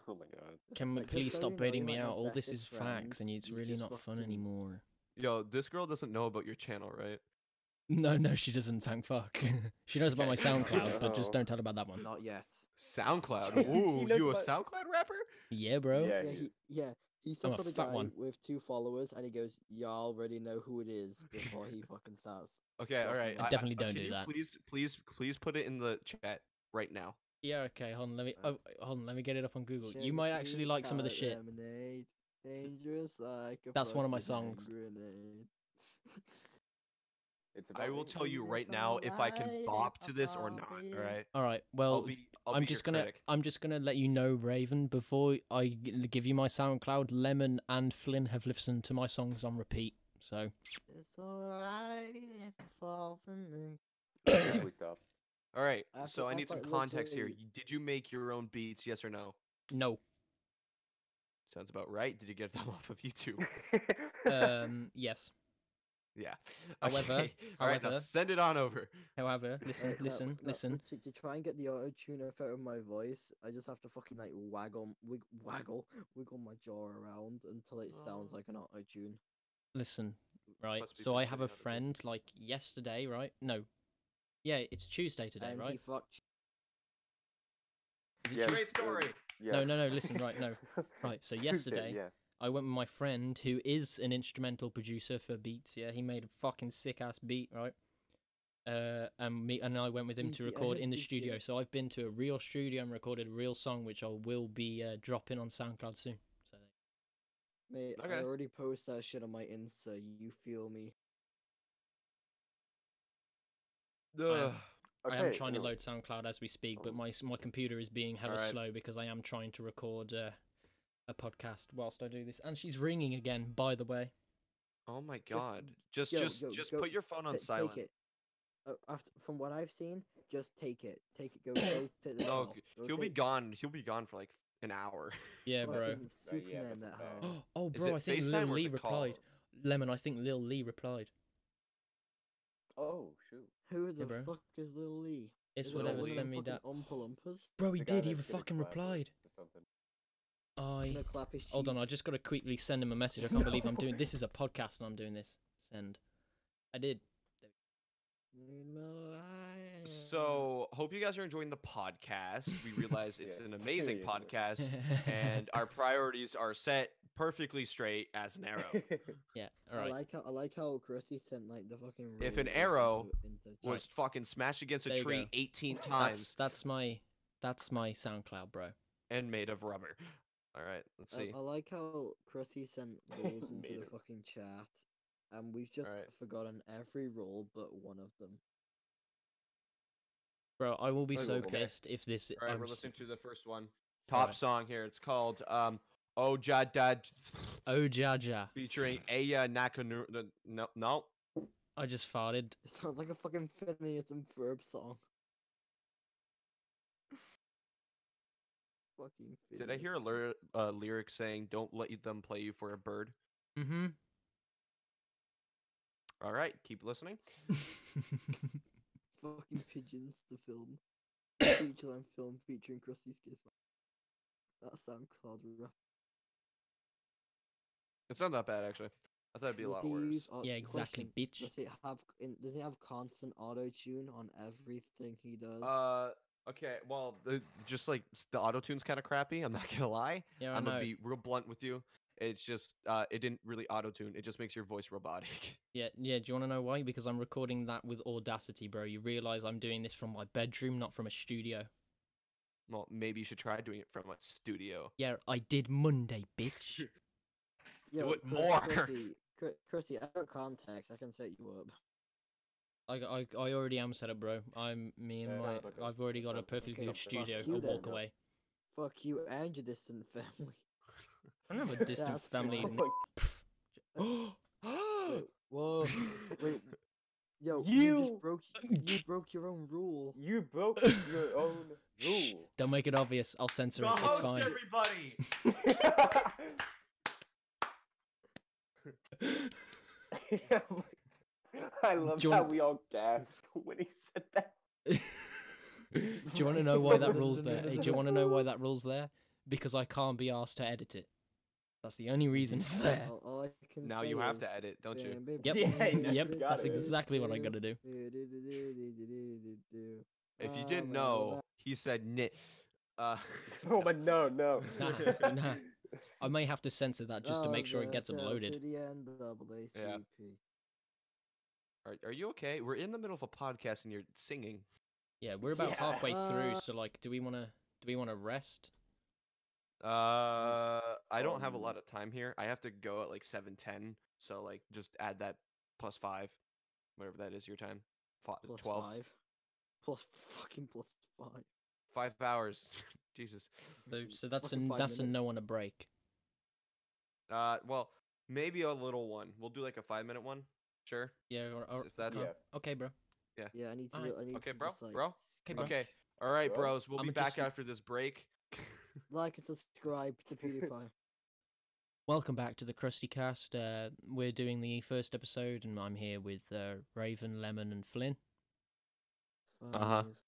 Speaker 4: oh my god.
Speaker 3: Just
Speaker 1: Can we
Speaker 3: like, just
Speaker 1: please
Speaker 3: so
Speaker 1: stop
Speaker 3: you know,
Speaker 1: baiting me
Speaker 3: you're not my
Speaker 1: out? All this
Speaker 3: bestest
Speaker 1: is facts,
Speaker 3: friend,
Speaker 1: and it's
Speaker 3: you
Speaker 1: really
Speaker 3: just
Speaker 1: not fun
Speaker 3: fucking-
Speaker 1: anymore.
Speaker 2: Yo, this girl doesn't know about your channel, right?
Speaker 1: No, no, she doesn't. Thank fuck. she knows about my
Speaker 2: Okay.
Speaker 1: SoundCloud, but just
Speaker 4: Oh.
Speaker 1: don't tell her about that one.
Speaker 3: Not yet.
Speaker 2: SoundCloud.
Speaker 4: She- she
Speaker 2: Ooh,
Speaker 4: knows
Speaker 2: you a
Speaker 4: about-
Speaker 2: SoundCloud rapper?
Speaker 1: Yeah, bro.
Speaker 4: Yeah,
Speaker 3: Yeah,
Speaker 4: he-
Speaker 3: he, yeah. He
Speaker 1: I'm
Speaker 3: says
Speaker 1: a
Speaker 3: to the
Speaker 1: fat
Speaker 3: guy
Speaker 1: one.
Speaker 3: with two followers, and he goes, "Y'all already know who it is." Before he fucking starts.
Speaker 2: Okay, all right.
Speaker 1: I definitely don't
Speaker 2: uh, can
Speaker 1: do
Speaker 2: you
Speaker 1: that.
Speaker 2: Please, please, please put it in the chat right now.
Speaker 1: Yeah, okay, hold on, let me
Speaker 3: Uh,
Speaker 1: oh, hold on, let me get it up on Google.
Speaker 3: Shake
Speaker 1: you might
Speaker 3: the
Speaker 1: actually
Speaker 3: sweet
Speaker 1: like some of the
Speaker 3: carrot
Speaker 1: shit.
Speaker 3: lemonade, dangerous like a
Speaker 1: That's one of my
Speaker 3: fucking hand
Speaker 1: songs.
Speaker 3: grenade.
Speaker 4: It's
Speaker 2: I
Speaker 4: about
Speaker 2: will
Speaker 4: me.
Speaker 2: tell you
Speaker 3: It's
Speaker 2: right now if I can
Speaker 3: alright,
Speaker 2: bop to this or
Speaker 3: I'll
Speaker 2: not.
Speaker 3: be
Speaker 2: All right.
Speaker 1: All right, well,
Speaker 2: I'll
Speaker 1: am
Speaker 2: be your
Speaker 1: just gonna
Speaker 2: critic.
Speaker 1: I'm just gonna let you know, Raven. Before I g- give you my SoundCloud, Lemon and Flynn have listened to my songs on repeat. So
Speaker 3: It's alright if you fall for me.
Speaker 4: Basically stop.
Speaker 2: All right.
Speaker 3: I feel-
Speaker 2: So I
Speaker 3: I
Speaker 2: need some
Speaker 3: feel-
Speaker 2: context here.
Speaker 3: literally-
Speaker 2: Y- Did you make your own beats? Yes or no?
Speaker 1: no,
Speaker 2: Sounds about right. Did you get them off of YouTube?
Speaker 1: um, yes.
Speaker 2: yeah.
Speaker 1: However-
Speaker 2: all right, now
Speaker 1: however-
Speaker 2: send it on over.
Speaker 1: However, listen,
Speaker 3: Right, no,
Speaker 1: listen,
Speaker 3: no,
Speaker 1: listen.
Speaker 3: To, to try and get the auto tune effect of my voice, I just have to fucking like waggle, wig, waggle, wiggle my jaw around until it sounds
Speaker 2: Oh.
Speaker 3: like an auto tune.
Speaker 1: listen, right?
Speaker 2: Must be
Speaker 1: So I
Speaker 2: been
Speaker 1: have
Speaker 2: sitting
Speaker 1: a
Speaker 2: on it.
Speaker 1: friend like yesterday, right? No, yeah, it's Tuesday today,
Speaker 3: and he
Speaker 1: right?
Speaker 3: fucked.
Speaker 1: Is it
Speaker 4: Yeah.
Speaker 1: Tues-
Speaker 2: Great story.
Speaker 4: Yeah.
Speaker 1: No, no, no, listen, right, no. Right, so
Speaker 4: Tuesday,
Speaker 1: yesterday-
Speaker 4: Yeah.
Speaker 1: I went with my friend who is an instrumental producer for beats. Yeah, he made a fucking sick ass beat, right? Uh, and me and I went with him to
Speaker 3: BTS,
Speaker 1: record in the studio. So
Speaker 3: BTS.
Speaker 1: I've been to a real studio and recorded a real song, which I will be uh, dropping on SoundCloud soon. So
Speaker 3: Mate,
Speaker 2: Okay.
Speaker 3: I already post that shit on my Insta. You feel me?
Speaker 1: am-
Speaker 2: Ugh.
Speaker 1: I am
Speaker 4: Okay,
Speaker 1: trying to
Speaker 4: anyway.
Speaker 1: load SoundCloud as we speak, but
Speaker 4: Um,
Speaker 1: my s- my computer is being hella
Speaker 2: alright.
Speaker 1: slow because I am trying to record uh, a podcast whilst I do this. And she's ringing again, by the way.
Speaker 2: Oh my god. Just
Speaker 3: yo,
Speaker 2: just
Speaker 3: yo,
Speaker 2: just
Speaker 3: go-
Speaker 2: put your phone on
Speaker 3: Ta-
Speaker 2: silent.
Speaker 3: Take it. Uh, after, from what I've seen, just take it. Take it. Go. go to the
Speaker 2: No,
Speaker 3: hell.
Speaker 2: g-
Speaker 3: Go
Speaker 2: he'll be
Speaker 3: take-
Speaker 2: gone. He'll be gone for like an hour.
Speaker 1: Yeah, bro.
Speaker 3: fucking
Speaker 4: Oh, yeah,
Speaker 3: Superman
Speaker 4: that's bad.
Speaker 3: that hell.
Speaker 1: oh,
Speaker 2: Is
Speaker 1: bro, I
Speaker 2: it
Speaker 1: think
Speaker 2: FaceTime
Speaker 1: Lil
Speaker 2: or is
Speaker 1: Lee
Speaker 2: it
Speaker 1: replied. Lemon, I think Lil Lee replied.
Speaker 4: Oh shoot.
Speaker 3: Who the
Speaker 1: bro.
Speaker 3: fuck is Lil Lee?
Speaker 1: It's
Speaker 3: Is it
Speaker 2: Lil
Speaker 1: whatever.
Speaker 3: one of
Speaker 2: Lee.
Speaker 1: Send
Speaker 3: them
Speaker 1: me
Speaker 3: fucking
Speaker 1: that.
Speaker 3: Oompa Loompas?
Speaker 1: Bro, he
Speaker 4: The guy
Speaker 1: did. He
Speaker 4: that's
Speaker 1: re-
Speaker 4: gonna
Speaker 1: fucking
Speaker 4: collaborate
Speaker 1: replied.
Speaker 4: or something.
Speaker 1: I
Speaker 3: Gonna clap his
Speaker 1: hold on. I
Speaker 3: cheeks.
Speaker 1: just got to quickly send him a message. I can't believe I'm doing
Speaker 4: No.
Speaker 1: this. Is a podcast and I'm doing this. Send. I did.
Speaker 3: No, I-
Speaker 2: So hope you guys are enjoying the podcast. We realize it's an
Speaker 4: Yes.
Speaker 2: amazing
Speaker 4: Yes.
Speaker 2: podcast, and our priorities are set perfectly straight as an arrow.
Speaker 1: yeah. All
Speaker 3: I
Speaker 1: right.
Speaker 3: like how I like how Chrissy sent like the fucking.
Speaker 2: If an
Speaker 3: roses into-
Speaker 2: arrow
Speaker 3: into
Speaker 2: Was
Speaker 3: chat.
Speaker 2: fucking smashed against
Speaker 1: There
Speaker 2: a
Speaker 1: you
Speaker 2: tree
Speaker 1: go.
Speaker 2: 18
Speaker 1: That's
Speaker 2: times
Speaker 1: that's my that's my SoundCloud, bro.
Speaker 2: and made of rubber. All right, let's
Speaker 3: I,
Speaker 2: see.
Speaker 3: I like how Chrissy sent rules into
Speaker 4: Made
Speaker 3: the
Speaker 4: it.
Speaker 3: fucking chat, and we've just
Speaker 2: Alright.
Speaker 3: forgotten every rule but one of them.
Speaker 1: Bro, I will be
Speaker 2: Okay,
Speaker 1: so
Speaker 2: okay.
Speaker 1: pissed if this.
Speaker 2: All right,
Speaker 1: I'm
Speaker 2: we're
Speaker 1: s-
Speaker 2: listening to the first one.
Speaker 1: Alright.
Speaker 2: Top song here. It's called um, "Oh Ja Dad,"
Speaker 1: Oh Jaja,
Speaker 2: featuring Aya Nakanur. No, no,
Speaker 1: I just farted.
Speaker 3: It sounds like a fucking Phineas and Ferb song. fucking.
Speaker 2: Did I hear a
Speaker 3: Phineas.
Speaker 2: lyr- uh, lyric saying "Don't let you- them play you for a bird"?
Speaker 1: Mm-hmm.
Speaker 2: All right, keep listening.
Speaker 3: Fucking pigeons to film. Featureland film featuring Krusty Skid. That SoundCloud rap.
Speaker 2: It's not that bad actually. I thought it'd be a
Speaker 3: Does
Speaker 2: lot
Speaker 3: he
Speaker 2: worse.
Speaker 3: use au-
Speaker 1: yeah, exactly,
Speaker 3: question,
Speaker 1: bitch.
Speaker 3: Does it have in, does it have constant auto tune on everything he does?
Speaker 2: Uh, okay. Well, the, just like s- the auto tune's kind of crappy. I'm not gonna lie.
Speaker 1: Yeah, I
Speaker 2: I'm gonna
Speaker 1: know.
Speaker 2: be real blunt with you. It's just uh, it didn't really auto tune. It just makes your voice robotic.
Speaker 1: Yeah, yeah. Do you want to know why? Because I'm recording that with Audacity, bro. You realize I'm doing this from my bedroom, not from a studio.
Speaker 2: Well, maybe you should try doing it from like studio.
Speaker 1: Yeah, I did Monday, bitch.
Speaker 3: Yo,
Speaker 2: it
Speaker 3: Chris-
Speaker 2: more.
Speaker 3: Chrissy, Chris, Chrissy, out of context, I can set you up.
Speaker 1: I, got- I, I already am set up, bro. I'm me and
Speaker 4: Yeah,
Speaker 1: my.
Speaker 4: sounds like a-
Speaker 1: I've already got a
Speaker 4: sounds like
Speaker 1: perfectly good
Speaker 3: something.
Speaker 1: studio.
Speaker 3: You
Speaker 1: A
Speaker 3: then,
Speaker 1: walk
Speaker 3: no.
Speaker 1: away.
Speaker 3: Fuck you and your distant family.
Speaker 1: I don't have a distant
Speaker 3: That's
Speaker 4: Oh
Speaker 1: family.
Speaker 3: fine.
Speaker 1: n- Pff.
Speaker 3: Wait, Whoa. Wait. Yo, you.
Speaker 4: You-
Speaker 3: just broke you broke your own rule.
Speaker 4: you broke your own
Speaker 1: Shh,
Speaker 4: rule.
Speaker 1: don't make it obvious. I'll censor it. It's fine.
Speaker 2: everybody.
Speaker 4: I love
Speaker 1: Do you
Speaker 4: how
Speaker 1: want-
Speaker 4: we all gasped when he said that.
Speaker 1: do you want to know why that rule's there? Hey, do you want to know why that rule's there? Because I can't be asked to edit it. That's the only reason it's there.
Speaker 3: All, all I can
Speaker 2: now
Speaker 3: say
Speaker 2: you have
Speaker 3: is,
Speaker 2: to edit, don't you?
Speaker 1: Yep.
Speaker 4: Yeah,
Speaker 1: Yep,
Speaker 4: you
Speaker 1: that's
Speaker 4: got it.
Speaker 1: exactly what I gotta do.
Speaker 2: If
Speaker 3: Oh,
Speaker 2: you didn't know, he said nit. Uh,
Speaker 4: Oh, but no, no.
Speaker 1: Nah, nah. I may have to censor that just to make
Speaker 3: Oh,
Speaker 1: sure it gets uploaded.
Speaker 3: Yeah.
Speaker 2: Are, are you okay? We're in the middle of a podcast and you're singing.
Speaker 1: Yeah, we're about
Speaker 4: Yeah.
Speaker 1: halfway through,
Speaker 3: Uh,
Speaker 1: so like, do we want to do we want to rest?
Speaker 2: Uh, I don't have a lot
Speaker 4: Um,
Speaker 2: of time here. I have to go at like seven ten. So like, just add that plus five, whatever that is your time. Fi
Speaker 3: Plus
Speaker 2: 12.
Speaker 3: five. Plus fucking plus five.
Speaker 2: Five hours. Jesus.
Speaker 1: So, so that's a
Speaker 3: Fucking five
Speaker 1: that's a no
Speaker 3: minutes.
Speaker 1: on a break.
Speaker 2: Uh, well, maybe a little one. We'll do like a five minute one. Sure.
Speaker 1: Yeah. Or, or,
Speaker 2: If that's
Speaker 1: yeah. Okay, bro.
Speaker 3: Yeah, I need to.
Speaker 1: Alright,
Speaker 3: re- I need
Speaker 2: okay,
Speaker 3: to
Speaker 2: bro,
Speaker 3: just, like,
Speaker 2: bro,
Speaker 1: okay, bro.
Speaker 2: Okay.
Speaker 3: scratch.
Speaker 2: all right,
Speaker 4: Well,
Speaker 2: bros. We'll be
Speaker 1: I'ma
Speaker 2: back
Speaker 1: just l-
Speaker 2: after this break.
Speaker 3: Like and subscribe to PewDiePie.
Speaker 1: Welcome back to the Krusty Cast. Uh, we're doing the first episode, and I'm here with uh, Raven, Lemon, and Flynn.
Speaker 2: Uh-huh.
Speaker 3: Five.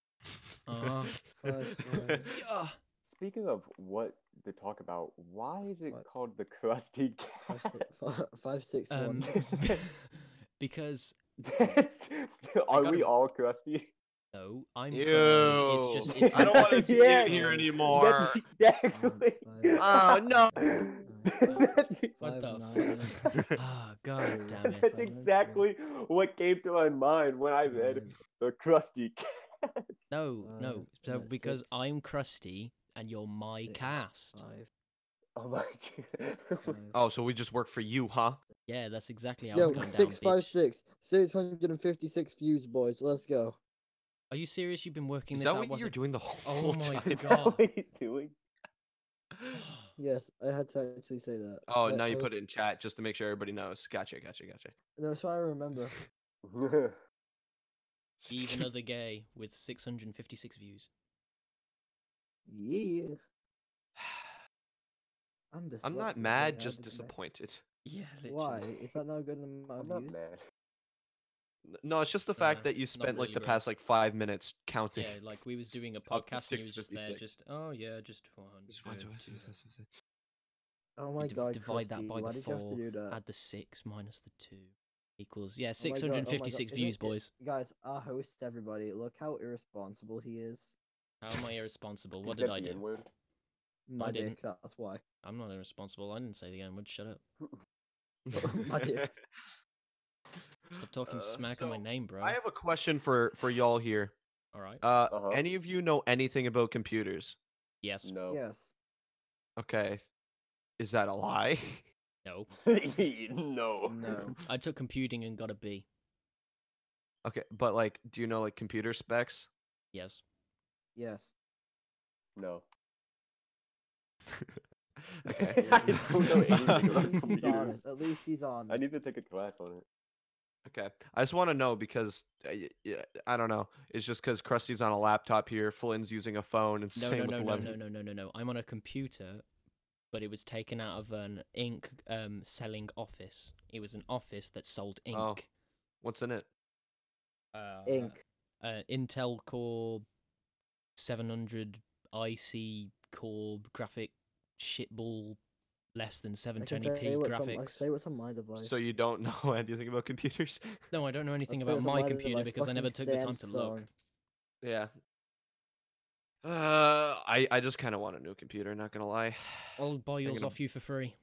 Speaker 1: Uh-huh.
Speaker 3: First one.
Speaker 4: Speaking of what to talk about, why is it
Speaker 3: Fuck.
Speaker 4: called the Krusty
Speaker 3: Five,
Speaker 4: Cat?
Speaker 3: six, five, five, six,
Speaker 1: Um,
Speaker 3: one.
Speaker 1: because
Speaker 4: That's- Are
Speaker 1: Gotta
Speaker 4: we
Speaker 1: be-
Speaker 4: all crusty?
Speaker 1: No, I'm. French, though.
Speaker 5: Ew.
Speaker 1: It's just. It's
Speaker 5: I don't want to
Speaker 4: Yeah,
Speaker 5: be here
Speaker 3: it's-
Speaker 5: anymore.
Speaker 4: That's exactly.
Speaker 2: Oh, no.
Speaker 4: That's e
Speaker 1: What
Speaker 3: Five,
Speaker 1: the?
Speaker 3: nine,
Speaker 1: fuck? Ah, god damn it.
Speaker 4: That's exactly what came to my mind when I read the Krusty Cat.
Speaker 1: No,
Speaker 3: Uh,
Speaker 1: no. So
Speaker 3: no,
Speaker 1: because
Speaker 3: six.
Speaker 1: I'm crusty and you're my
Speaker 3: Six.
Speaker 1: cast.
Speaker 4: Oh my god.
Speaker 2: Oh, so we just work for you, huh?
Speaker 1: Yeah, that's exactly how it's
Speaker 3: Yo,
Speaker 1: going
Speaker 3: six
Speaker 1: down.
Speaker 3: five
Speaker 1: bitch.
Speaker 3: six, six hundred and fifty six views, boys. Let's go.
Speaker 1: Are you serious? You've been working
Speaker 2: Is
Speaker 1: this
Speaker 2: that
Speaker 1: out?
Speaker 2: what
Speaker 1: was
Speaker 2: you're
Speaker 1: it?
Speaker 2: doing the
Speaker 1: Oh
Speaker 2: whole
Speaker 1: my
Speaker 2: time?
Speaker 4: Is that
Speaker 1: god.
Speaker 4: what are you doing?
Speaker 3: Yes, I had to actually say that.
Speaker 2: Oh,
Speaker 3: I-
Speaker 2: now
Speaker 3: I
Speaker 2: you put
Speaker 3: was-
Speaker 2: it in chat just to make sure everybody knows. Gotcha, gotcha, gotcha.
Speaker 3: No, so I remember.
Speaker 1: Eve another gay with 656 views.
Speaker 3: Yeah, I'm
Speaker 2: I'm
Speaker 3: dyslexic,
Speaker 2: not
Speaker 3: hey,
Speaker 2: mad,
Speaker 3: I
Speaker 2: just
Speaker 3: didn't ma-
Speaker 2: disappointed. Yeah,
Speaker 3: Why? Is that not a good amount
Speaker 4: I'm
Speaker 3: of
Speaker 4: not
Speaker 3: views?
Speaker 4: mad.
Speaker 2: No, it's just the
Speaker 1: Nah,
Speaker 2: fact that you
Speaker 1: not
Speaker 2: spent
Speaker 1: really,
Speaker 2: like the
Speaker 1: bro.
Speaker 2: past like five minutes counting.
Speaker 1: Yeah, like we was doing a
Speaker 2: Up to
Speaker 1: podcast and he was just there,
Speaker 2: 656.
Speaker 1: just oh yeah, just 400.
Speaker 2: Just one,
Speaker 1: uh,
Speaker 2: two, one,
Speaker 1: two,
Speaker 2: two, three, six, six.
Speaker 3: Oh my
Speaker 1: div-
Speaker 3: god,
Speaker 1: divide that
Speaker 3: Chrissy,
Speaker 1: by the
Speaker 3: why did you have
Speaker 1: four,
Speaker 3: to do that?
Speaker 1: Add the six minus the two equals yeah,
Speaker 3: Uh, Oh my god, oh my god,
Speaker 1: 656
Speaker 3: isn't
Speaker 1: views,
Speaker 3: it-
Speaker 1: boys.
Speaker 3: Guys, our host, everybody, look how irresponsible he is.
Speaker 1: How am I irresponsible? What
Speaker 4: Is that
Speaker 1: did I
Speaker 4: the
Speaker 1: do?
Speaker 4: N-word?
Speaker 3: My dick,
Speaker 1: didn't.
Speaker 3: that's why.
Speaker 1: I'm not irresponsible. I didn't say the N word. Shut up.
Speaker 3: My dear.
Speaker 1: Stop talking
Speaker 2: Uh,
Speaker 1: smack on my
Speaker 2: so,
Speaker 1: name, bro.
Speaker 2: I have a question for for y'all here.
Speaker 1: All right.
Speaker 2: Uh,
Speaker 3: Oh.
Speaker 4: Uh-huh.
Speaker 2: Any of you know anything about computers?
Speaker 1: yes.
Speaker 2: Oh.
Speaker 4: No.
Speaker 3: Yes.
Speaker 2: Okay, is that a lie?
Speaker 1: No.
Speaker 4: no.
Speaker 3: No.
Speaker 1: I took computing and got a B.
Speaker 2: okay, but like, do you know like computer specs?
Speaker 1: Yes.
Speaker 3: Yes.
Speaker 4: No.
Speaker 2: Okay. Um,
Speaker 4: I don't know anything
Speaker 3: At
Speaker 4: about
Speaker 3: least he's
Speaker 4: computers.
Speaker 3: honest. At least he's honest.
Speaker 4: I need to take a class on it.
Speaker 2: Okay, I just want to know because uh, y- yeah, I don't know. It's just because Krusty's on a laptop here, Flynn's using a phone, and
Speaker 1: No,
Speaker 2: same
Speaker 1: no,
Speaker 2: with
Speaker 1: no, no,
Speaker 2: Levin.
Speaker 1: no, no, no, no, no. I'm on a computer, but it was taken out of an ink um, selling office. It was an office that sold ink.
Speaker 2: Oh. What's in it?
Speaker 1: Uh,
Speaker 3: Ink.
Speaker 1: Uh, Intel Core 700 IC Core graphic shitball less than
Speaker 3: I can tell
Speaker 1: 720p
Speaker 3: you what's on, I can
Speaker 1: graphics.
Speaker 3: tell you what's on my device.
Speaker 2: So you don't know anything about computers?
Speaker 1: No, I don't know anything
Speaker 3: tell you
Speaker 1: about
Speaker 3: what's
Speaker 1: my
Speaker 3: on my
Speaker 1: computer
Speaker 3: device,
Speaker 1: because I
Speaker 3: fucking
Speaker 1: never took the time to look.
Speaker 3: Samsung.
Speaker 2: Yeah. Uh, I I just kind of want a new computer. Not gonna lie.
Speaker 1: I'll buy yours
Speaker 2: gonna-
Speaker 1: off you for free.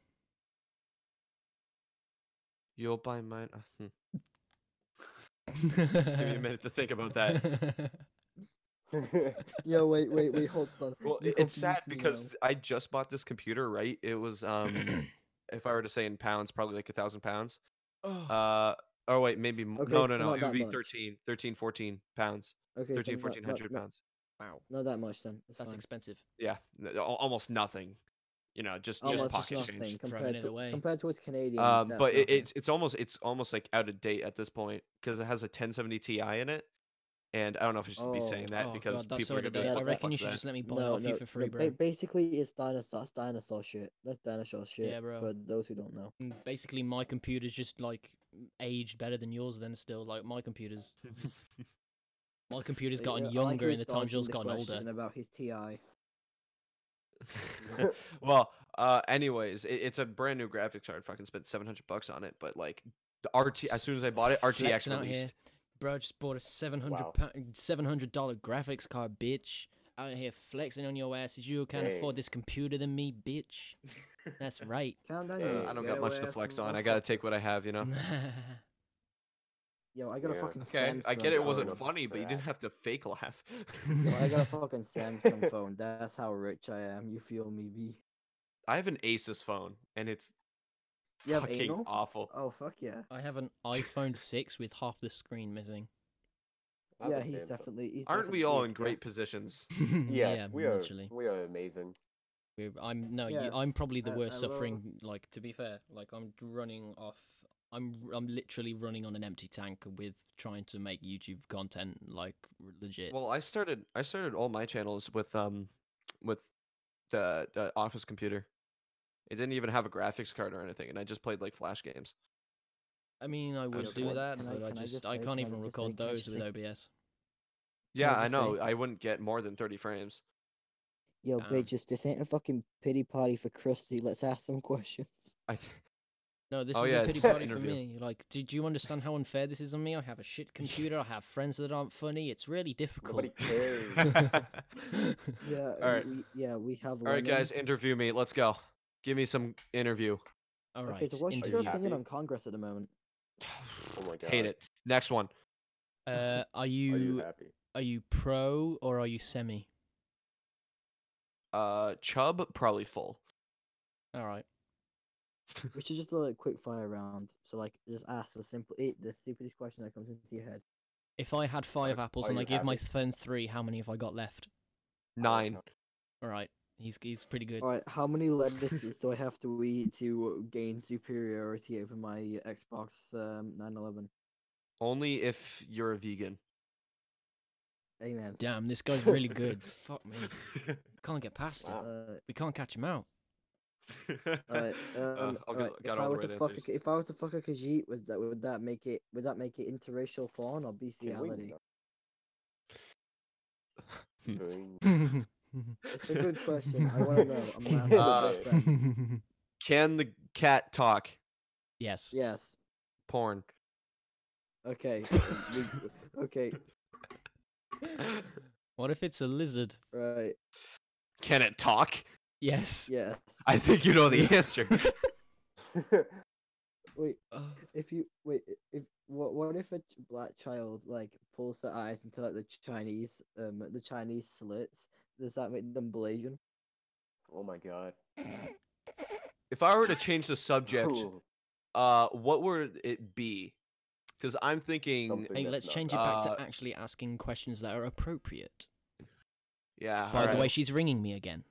Speaker 2: You'll buy mine. uh, hmm. Just give me a minute to think about that.
Speaker 3: Yo, wait, wait, wait, hold on.
Speaker 2: Well,
Speaker 3: You
Speaker 2: it- it's sad
Speaker 3: confused me
Speaker 2: because
Speaker 3: now.
Speaker 2: th- I just bought this computer. Right? It was um, if I were to say in pounds, probably like a thousand pounds. Uh, oh wait, maybe m-
Speaker 3: Okay,
Speaker 2: no, no,
Speaker 3: it's
Speaker 2: no.
Speaker 3: not
Speaker 2: It
Speaker 3: that
Speaker 2: would be
Speaker 3: much.
Speaker 2: 13, 13, 14 pounds.
Speaker 3: Okay, so
Speaker 2: 13,
Speaker 3: not-
Speaker 2: 1400
Speaker 3: not, not,
Speaker 2: pounds.
Speaker 1: wow,
Speaker 3: not that much then. It's
Speaker 1: that's
Speaker 3: fine.
Speaker 1: expensive.
Speaker 2: Yeah, n- al- almost nothing. You know, just just
Speaker 3: Almost it's
Speaker 2: pocket
Speaker 3: nothing
Speaker 2: change.
Speaker 1: throwing
Speaker 3: compared
Speaker 1: it
Speaker 3: to
Speaker 1: away.
Speaker 3: compared to what's Canadian.
Speaker 2: Um, but it, it's it's almost it's almost like out of date at this point because it has a 1070 Ti in it, and I don't know if I should be
Speaker 3: Oh.
Speaker 2: saying that
Speaker 1: oh,
Speaker 2: because
Speaker 1: God, that's
Speaker 2: people
Speaker 1: so
Speaker 2: are gonna be
Speaker 1: outdated.
Speaker 2: like,
Speaker 3: Yeah,
Speaker 1: I
Speaker 2: "What the
Speaker 1: reckon you
Speaker 2: fuck's
Speaker 1: should
Speaker 2: that?"
Speaker 1: just let me buy it
Speaker 3: no,
Speaker 1: off you
Speaker 3: no,
Speaker 1: for free,
Speaker 3: no,
Speaker 1: bro.
Speaker 3: ba- basically it's dinosaur, that's dinosaur shit. That's dinosaur shit.
Speaker 1: Yeah, bro.
Speaker 3: For those who don't know.
Speaker 1: Mm, Basically, my computer's just like aged better than yours. Then still, like my computer's, my computer's
Speaker 3: But
Speaker 1: gotten
Speaker 3: yeah, I like
Speaker 1: younger
Speaker 3: who's
Speaker 1: in the time
Speaker 3: dodging
Speaker 1: yours
Speaker 3: the
Speaker 1: gotten older.
Speaker 3: question About his TI.
Speaker 2: well, uh, anyways, it, it's a brand new graphics card. Fucking spent 700 bucks on it, but like the RT as soon as I bought it, RTX
Speaker 1: Flexing out here.
Speaker 2: released.
Speaker 1: Bro, I just bought a 700
Speaker 4: Wow.
Speaker 1: $700 graphics card, bitch. Out here flexing on your asses. You can't
Speaker 4: Dang.
Speaker 1: afford this computer than me, bitch. That's right.
Speaker 3: Calm down.
Speaker 4: Uh,
Speaker 3: you
Speaker 2: I don't
Speaker 3: ghetto
Speaker 2: got much to
Speaker 3: ass
Speaker 2: flex on. I gotta
Speaker 3: motherfucker.
Speaker 2: take what I have, you
Speaker 3: Mm-hmm.
Speaker 2: know.
Speaker 3: Yo, I got a
Speaker 4: Yeah.
Speaker 3: fucking
Speaker 2: Okay,
Speaker 3: Samsung.
Speaker 2: I get it
Speaker 3: phone.
Speaker 2: wasn't
Speaker 4: Samsung
Speaker 2: funny, but you didn't
Speaker 4: crap.
Speaker 2: have to fake laugh.
Speaker 3: Yo, I got a fucking Samsung phone. That's how rich I am. You feel me, B?
Speaker 2: I have an Asus phone, and it's
Speaker 3: You have
Speaker 2: fucking
Speaker 3: anal?
Speaker 2: awful.
Speaker 3: Oh fuck yeah.
Speaker 1: I have an iPhone 6 with half the screen missing.
Speaker 4: Not
Speaker 3: yeah,
Speaker 4: the
Speaker 3: he's
Speaker 4: same, but-
Speaker 3: definitely. He's
Speaker 2: Aren't we
Speaker 3: definitely
Speaker 2: all
Speaker 3: a
Speaker 2: in great
Speaker 3: scat.
Speaker 2: positions?
Speaker 4: Yes,
Speaker 1: Mm, yeah,
Speaker 4: we are.
Speaker 1: literally.
Speaker 4: We are amazing.
Speaker 1: We're, I'm no,
Speaker 3: Yes,
Speaker 1: you, I'm probably the
Speaker 3: I-
Speaker 1: worst
Speaker 3: I will-
Speaker 1: suffering. Like to be fair, like I'm running off. I'm r- I'm literally running on an empty tank with trying to make YouTube content like r- legit.
Speaker 2: Well, I started I started all my channels with um with the, the office computer. It didn't even have a graphics card or anything, and I just played like flash games.
Speaker 1: I mean, I would
Speaker 2: just
Speaker 1: do
Speaker 2: want-
Speaker 1: that,
Speaker 3: can I-
Speaker 1: but I,
Speaker 3: can I
Speaker 1: just,
Speaker 3: just
Speaker 1: I
Speaker 3: say-
Speaker 1: can't
Speaker 3: can I
Speaker 1: even
Speaker 3: just say-
Speaker 1: record
Speaker 3: can I
Speaker 1: those
Speaker 3: just
Speaker 1: with
Speaker 3: say-
Speaker 1: OBS.
Speaker 2: Yeah,
Speaker 3: I
Speaker 2: I
Speaker 3: just say-
Speaker 2: know. I wouldn't get more than thirty frames.
Speaker 3: Yo,
Speaker 1: Damn.
Speaker 2: um,
Speaker 3: bitches, this ain't a fucking pity party for Krusty. Let's ask some questions.
Speaker 2: I th-
Speaker 1: No, this
Speaker 2: Oh,
Speaker 1: is
Speaker 2: yeah,
Speaker 1: a pity
Speaker 2: it's an
Speaker 1: party for
Speaker 2: interview.
Speaker 1: me. Like, do, do you understand how unfair this is on me? I have a shit computer. I have friends that aren't funny. It's really difficult.
Speaker 4: Nobody cares.
Speaker 3: Yeah.
Speaker 2: All right.
Speaker 3: We, yeah, we have.
Speaker 2: All right,
Speaker 3: Lemon.
Speaker 2: guys, interview me. Let's go. Give me some interview.
Speaker 1: All right.
Speaker 3: Okay, so what's
Speaker 1: interview.
Speaker 3: your opinion
Speaker 4: Happy?
Speaker 3: on Congress at the moment?
Speaker 4: Oh my god.
Speaker 2: Hate it. Next one.
Speaker 1: Uh, are
Speaker 4: Are you
Speaker 1: you
Speaker 4: happy?
Speaker 1: are you pro or are you semi?
Speaker 2: Uh, Chubb probably full.
Speaker 1: All right.
Speaker 3: We should just do like quick fire round. So like, just ask the simple, eight, the stupidest question that comes into your head.
Speaker 1: If I had five apples
Speaker 4: are
Speaker 1: and I
Speaker 4: you
Speaker 1: gave my
Speaker 4: happy?
Speaker 1: friend three, how many have I got left?
Speaker 4: Oh,
Speaker 2: Nine.
Speaker 1: All right. He's he's pretty good.
Speaker 3: All right, how many lettuces do I have to eat to gain superiority over my Xbox um, 911?
Speaker 2: Only if you're a vegan.
Speaker 3: Amen.
Speaker 1: Damn, this guy's really good. Fuck me. Can't get past him.
Speaker 4: Wow.
Speaker 3: Uh,
Speaker 1: We can't catch him out.
Speaker 3: Alright,
Speaker 2: Uh,
Speaker 3: um,
Speaker 2: I'll
Speaker 3: alright,
Speaker 2: get-
Speaker 3: If
Speaker 2: got
Speaker 3: I
Speaker 2: all
Speaker 3: were
Speaker 2: the
Speaker 3: to
Speaker 2: right
Speaker 3: fuck,
Speaker 2: answers.
Speaker 3: a, if I were to fuck a Khajiit, was that would that make it? Would that make it interracial porn or
Speaker 4: Can we
Speaker 3: bestiality?
Speaker 4: not
Speaker 2: Hmm.
Speaker 4: doing-
Speaker 3: It's a good question. I want to know. I'm gonna ask you
Speaker 2: Uh,
Speaker 3: this then.
Speaker 2: Can the cat talk?
Speaker 1: yes.
Speaker 3: Yes.
Speaker 2: Porn.
Speaker 3: Okay. we- okay.
Speaker 1: What if it's a lizard?
Speaker 3: Right.
Speaker 2: Can it talk?
Speaker 1: Yes.
Speaker 3: Yes.
Speaker 2: I think you know the answer.
Speaker 3: Wait.
Speaker 1: Ugh.
Speaker 3: If you wait, i- if what what if a ch- black child like pulls their eyes into like the Chinese um the Chinese slits? Does that make them Blasian?
Speaker 4: oh my god.
Speaker 2: if I were to change the subject,
Speaker 4: Ooh,
Speaker 2: uh, what would it be? Because I'm thinking,
Speaker 4: something
Speaker 1: Hey,
Speaker 4: that's
Speaker 1: let's
Speaker 4: not
Speaker 1: change it back
Speaker 4: bad.
Speaker 1: to
Speaker 2: Uh,
Speaker 1: actually asking questions that are appropriate.
Speaker 2: yeah.
Speaker 1: By the
Speaker 2: alright.
Speaker 1: way, she's ringing me again.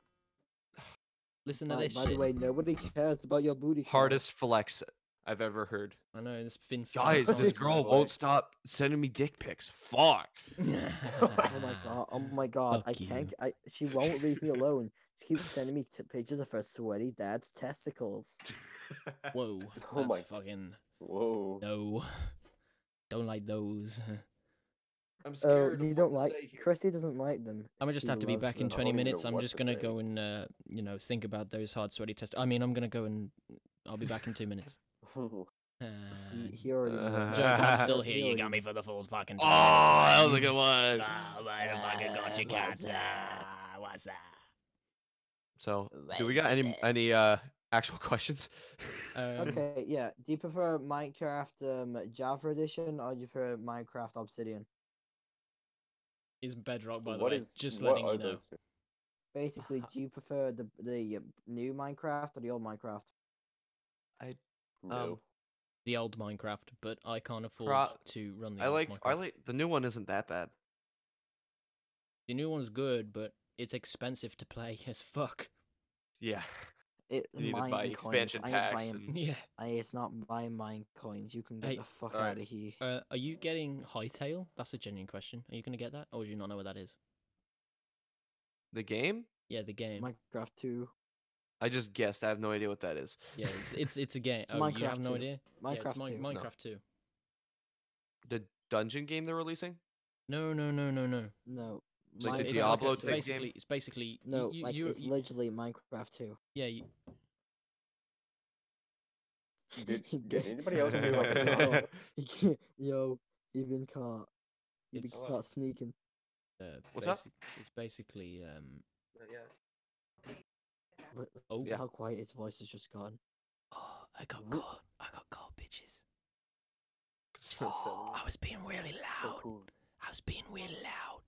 Speaker 1: Listen to
Speaker 3: By,
Speaker 1: this
Speaker 3: by
Speaker 1: shit.
Speaker 3: the way, nobody cares about your booty. count.
Speaker 2: hardest flex I've ever heard.
Speaker 1: I know it's been
Speaker 2: Guys,
Speaker 4: Oh
Speaker 2: this
Speaker 4: my
Speaker 2: girl
Speaker 4: boy.
Speaker 2: won't stop sending me dick pics. Fuck.
Speaker 3: Oh my god! Oh my god! I
Speaker 1: Fuck you.
Speaker 3: can't. I she won't leave me alone. She keeps sending me t- pictures of her sweaty dad's testicles.
Speaker 1: Whoa.
Speaker 4: Oh
Speaker 1: that's
Speaker 4: my-
Speaker 1: fucking
Speaker 4: Whoa.
Speaker 1: no. Don't like those.
Speaker 2: I'm scared.
Speaker 3: Oh,
Speaker 2: of
Speaker 3: you
Speaker 2: what
Speaker 3: don't
Speaker 2: to
Speaker 3: like?
Speaker 2: say here.
Speaker 3: Chrissy doesn't like them.
Speaker 1: I'm gonna just
Speaker 3: She
Speaker 1: have to be
Speaker 3: loves
Speaker 1: back in
Speaker 4: I
Speaker 3: them.
Speaker 1: 20
Speaker 4: don't even
Speaker 1: minutes.
Speaker 4: know
Speaker 1: I'm
Speaker 4: what
Speaker 1: just
Speaker 4: to
Speaker 1: gonna
Speaker 4: say.
Speaker 1: go and uh, you know think about those hard sweaty tests. I mean, I'm gonna go and I'll be back in two minutes. Uh,
Speaker 3: He, he already. knows.
Speaker 1: joke, I'm still
Speaker 3: He
Speaker 1: here. You
Speaker 3: already-
Speaker 1: got me for the fool's fucking.
Speaker 2: Oh, that was a good
Speaker 1: Oh,
Speaker 2: one.
Speaker 1: I fucking got you,
Speaker 3: Uh, what's
Speaker 1: cats.
Speaker 3: up?
Speaker 1: Ah, What's up?
Speaker 2: So, do we got any any uh actual questions? Uh,
Speaker 1: Um,
Speaker 3: Okay, yeah. Do you prefer Minecraft um, Java Edition or do you prefer Minecraft Obsidian?
Speaker 1: Is bedrock by the
Speaker 4: What
Speaker 1: way?
Speaker 4: is-
Speaker 1: just
Speaker 4: what
Speaker 1: letting
Speaker 4: are
Speaker 1: you know.
Speaker 4: those two?
Speaker 3: Basically, do you prefer the the uh, new Minecraft or the old Minecraft?
Speaker 4: No.
Speaker 2: Um,
Speaker 1: The old Minecraft, but I can't afford
Speaker 2: Pro-
Speaker 1: to run the
Speaker 2: I
Speaker 1: old
Speaker 2: like
Speaker 1: Minecraft.
Speaker 2: I like the new one isn't that bad.
Speaker 1: The new one's good, but it's expensive to play as fuck.
Speaker 2: Yeah.
Speaker 3: It
Speaker 2: You need to
Speaker 3: mine
Speaker 2: buy
Speaker 3: coins.
Speaker 2: expansion
Speaker 3: I ain't
Speaker 2: packs
Speaker 3: buying-
Speaker 2: and-
Speaker 1: Yeah.
Speaker 3: I, it's not buying mine coins. You can get
Speaker 1: Hey,
Speaker 3: the fuck
Speaker 2: alright.
Speaker 3: out of here.
Speaker 1: Uh, are you getting Hightail? That's a genuine question. Are you gonna get that, or do you not know what that is?
Speaker 2: The game?
Speaker 1: Yeah, the game.
Speaker 3: Minecraft 2.
Speaker 2: I just guessed. I have no idea what that is.
Speaker 1: Yeah, it's it's, it's a game.
Speaker 3: It's
Speaker 1: oh, you have
Speaker 3: Minecraft
Speaker 1: no
Speaker 3: 2.
Speaker 1: idea. yeah,
Speaker 3: Minecraft
Speaker 1: it's Mi-
Speaker 3: 2.
Speaker 1: Minecraft Two.
Speaker 2: the dungeon game they're releasing.
Speaker 1: No, no, no, no, no.
Speaker 3: No.
Speaker 2: Like the
Speaker 1: it's
Speaker 3: Minecraft
Speaker 2: Diablo
Speaker 1: it's
Speaker 2: type game?
Speaker 1: basically, It's basically y-
Speaker 3: No,
Speaker 1: you,
Speaker 3: like
Speaker 1: you,
Speaker 3: it's
Speaker 1: you-
Speaker 3: literally Minecraft 2.
Speaker 1: yeah. You,
Speaker 4: Did-
Speaker 3: He
Speaker 4: did
Speaker 3: get-
Speaker 4: anybody else
Speaker 3: somebody
Speaker 4: hear
Speaker 3: got
Speaker 4: about
Speaker 3: caught.
Speaker 4: this?
Speaker 3: He get- Yo, you've been caught. You've been
Speaker 1: It's-
Speaker 3: caught sneaking.
Speaker 1: uh,
Speaker 2: What's that?
Speaker 1: basi- It's basically um.
Speaker 3: Let- let's
Speaker 1: Oh.
Speaker 3: see
Speaker 2: Yeah.
Speaker 3: how quiet his voice has just gone.
Speaker 1: Oh, I got
Speaker 4: Wh-
Speaker 1: caught. I got caught, bitches. Oh,
Speaker 2: So
Speaker 4: Oh,
Speaker 1: I was being really
Speaker 4: So
Speaker 1: loud.
Speaker 4: cool.
Speaker 1: I was being really loud.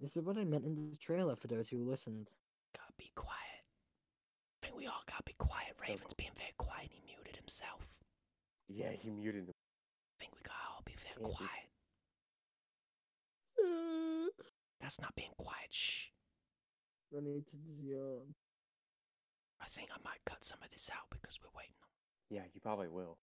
Speaker 3: This is what I meant in the trailer for those who listened.
Speaker 1: Gotta be quiet. I think we all gotta be quiet.
Speaker 4: So-
Speaker 1: Raven's being very quiet. He muted himself.
Speaker 4: Yeah, he muted him.
Speaker 1: I think we gotta all be very
Speaker 4: Yeah, we-
Speaker 1: quiet. That's not being quiet. Shh.
Speaker 3: Running to um, the yard.
Speaker 1: I think I might cut some of this out because we're waiting on.
Speaker 4: Yeah, you probably will.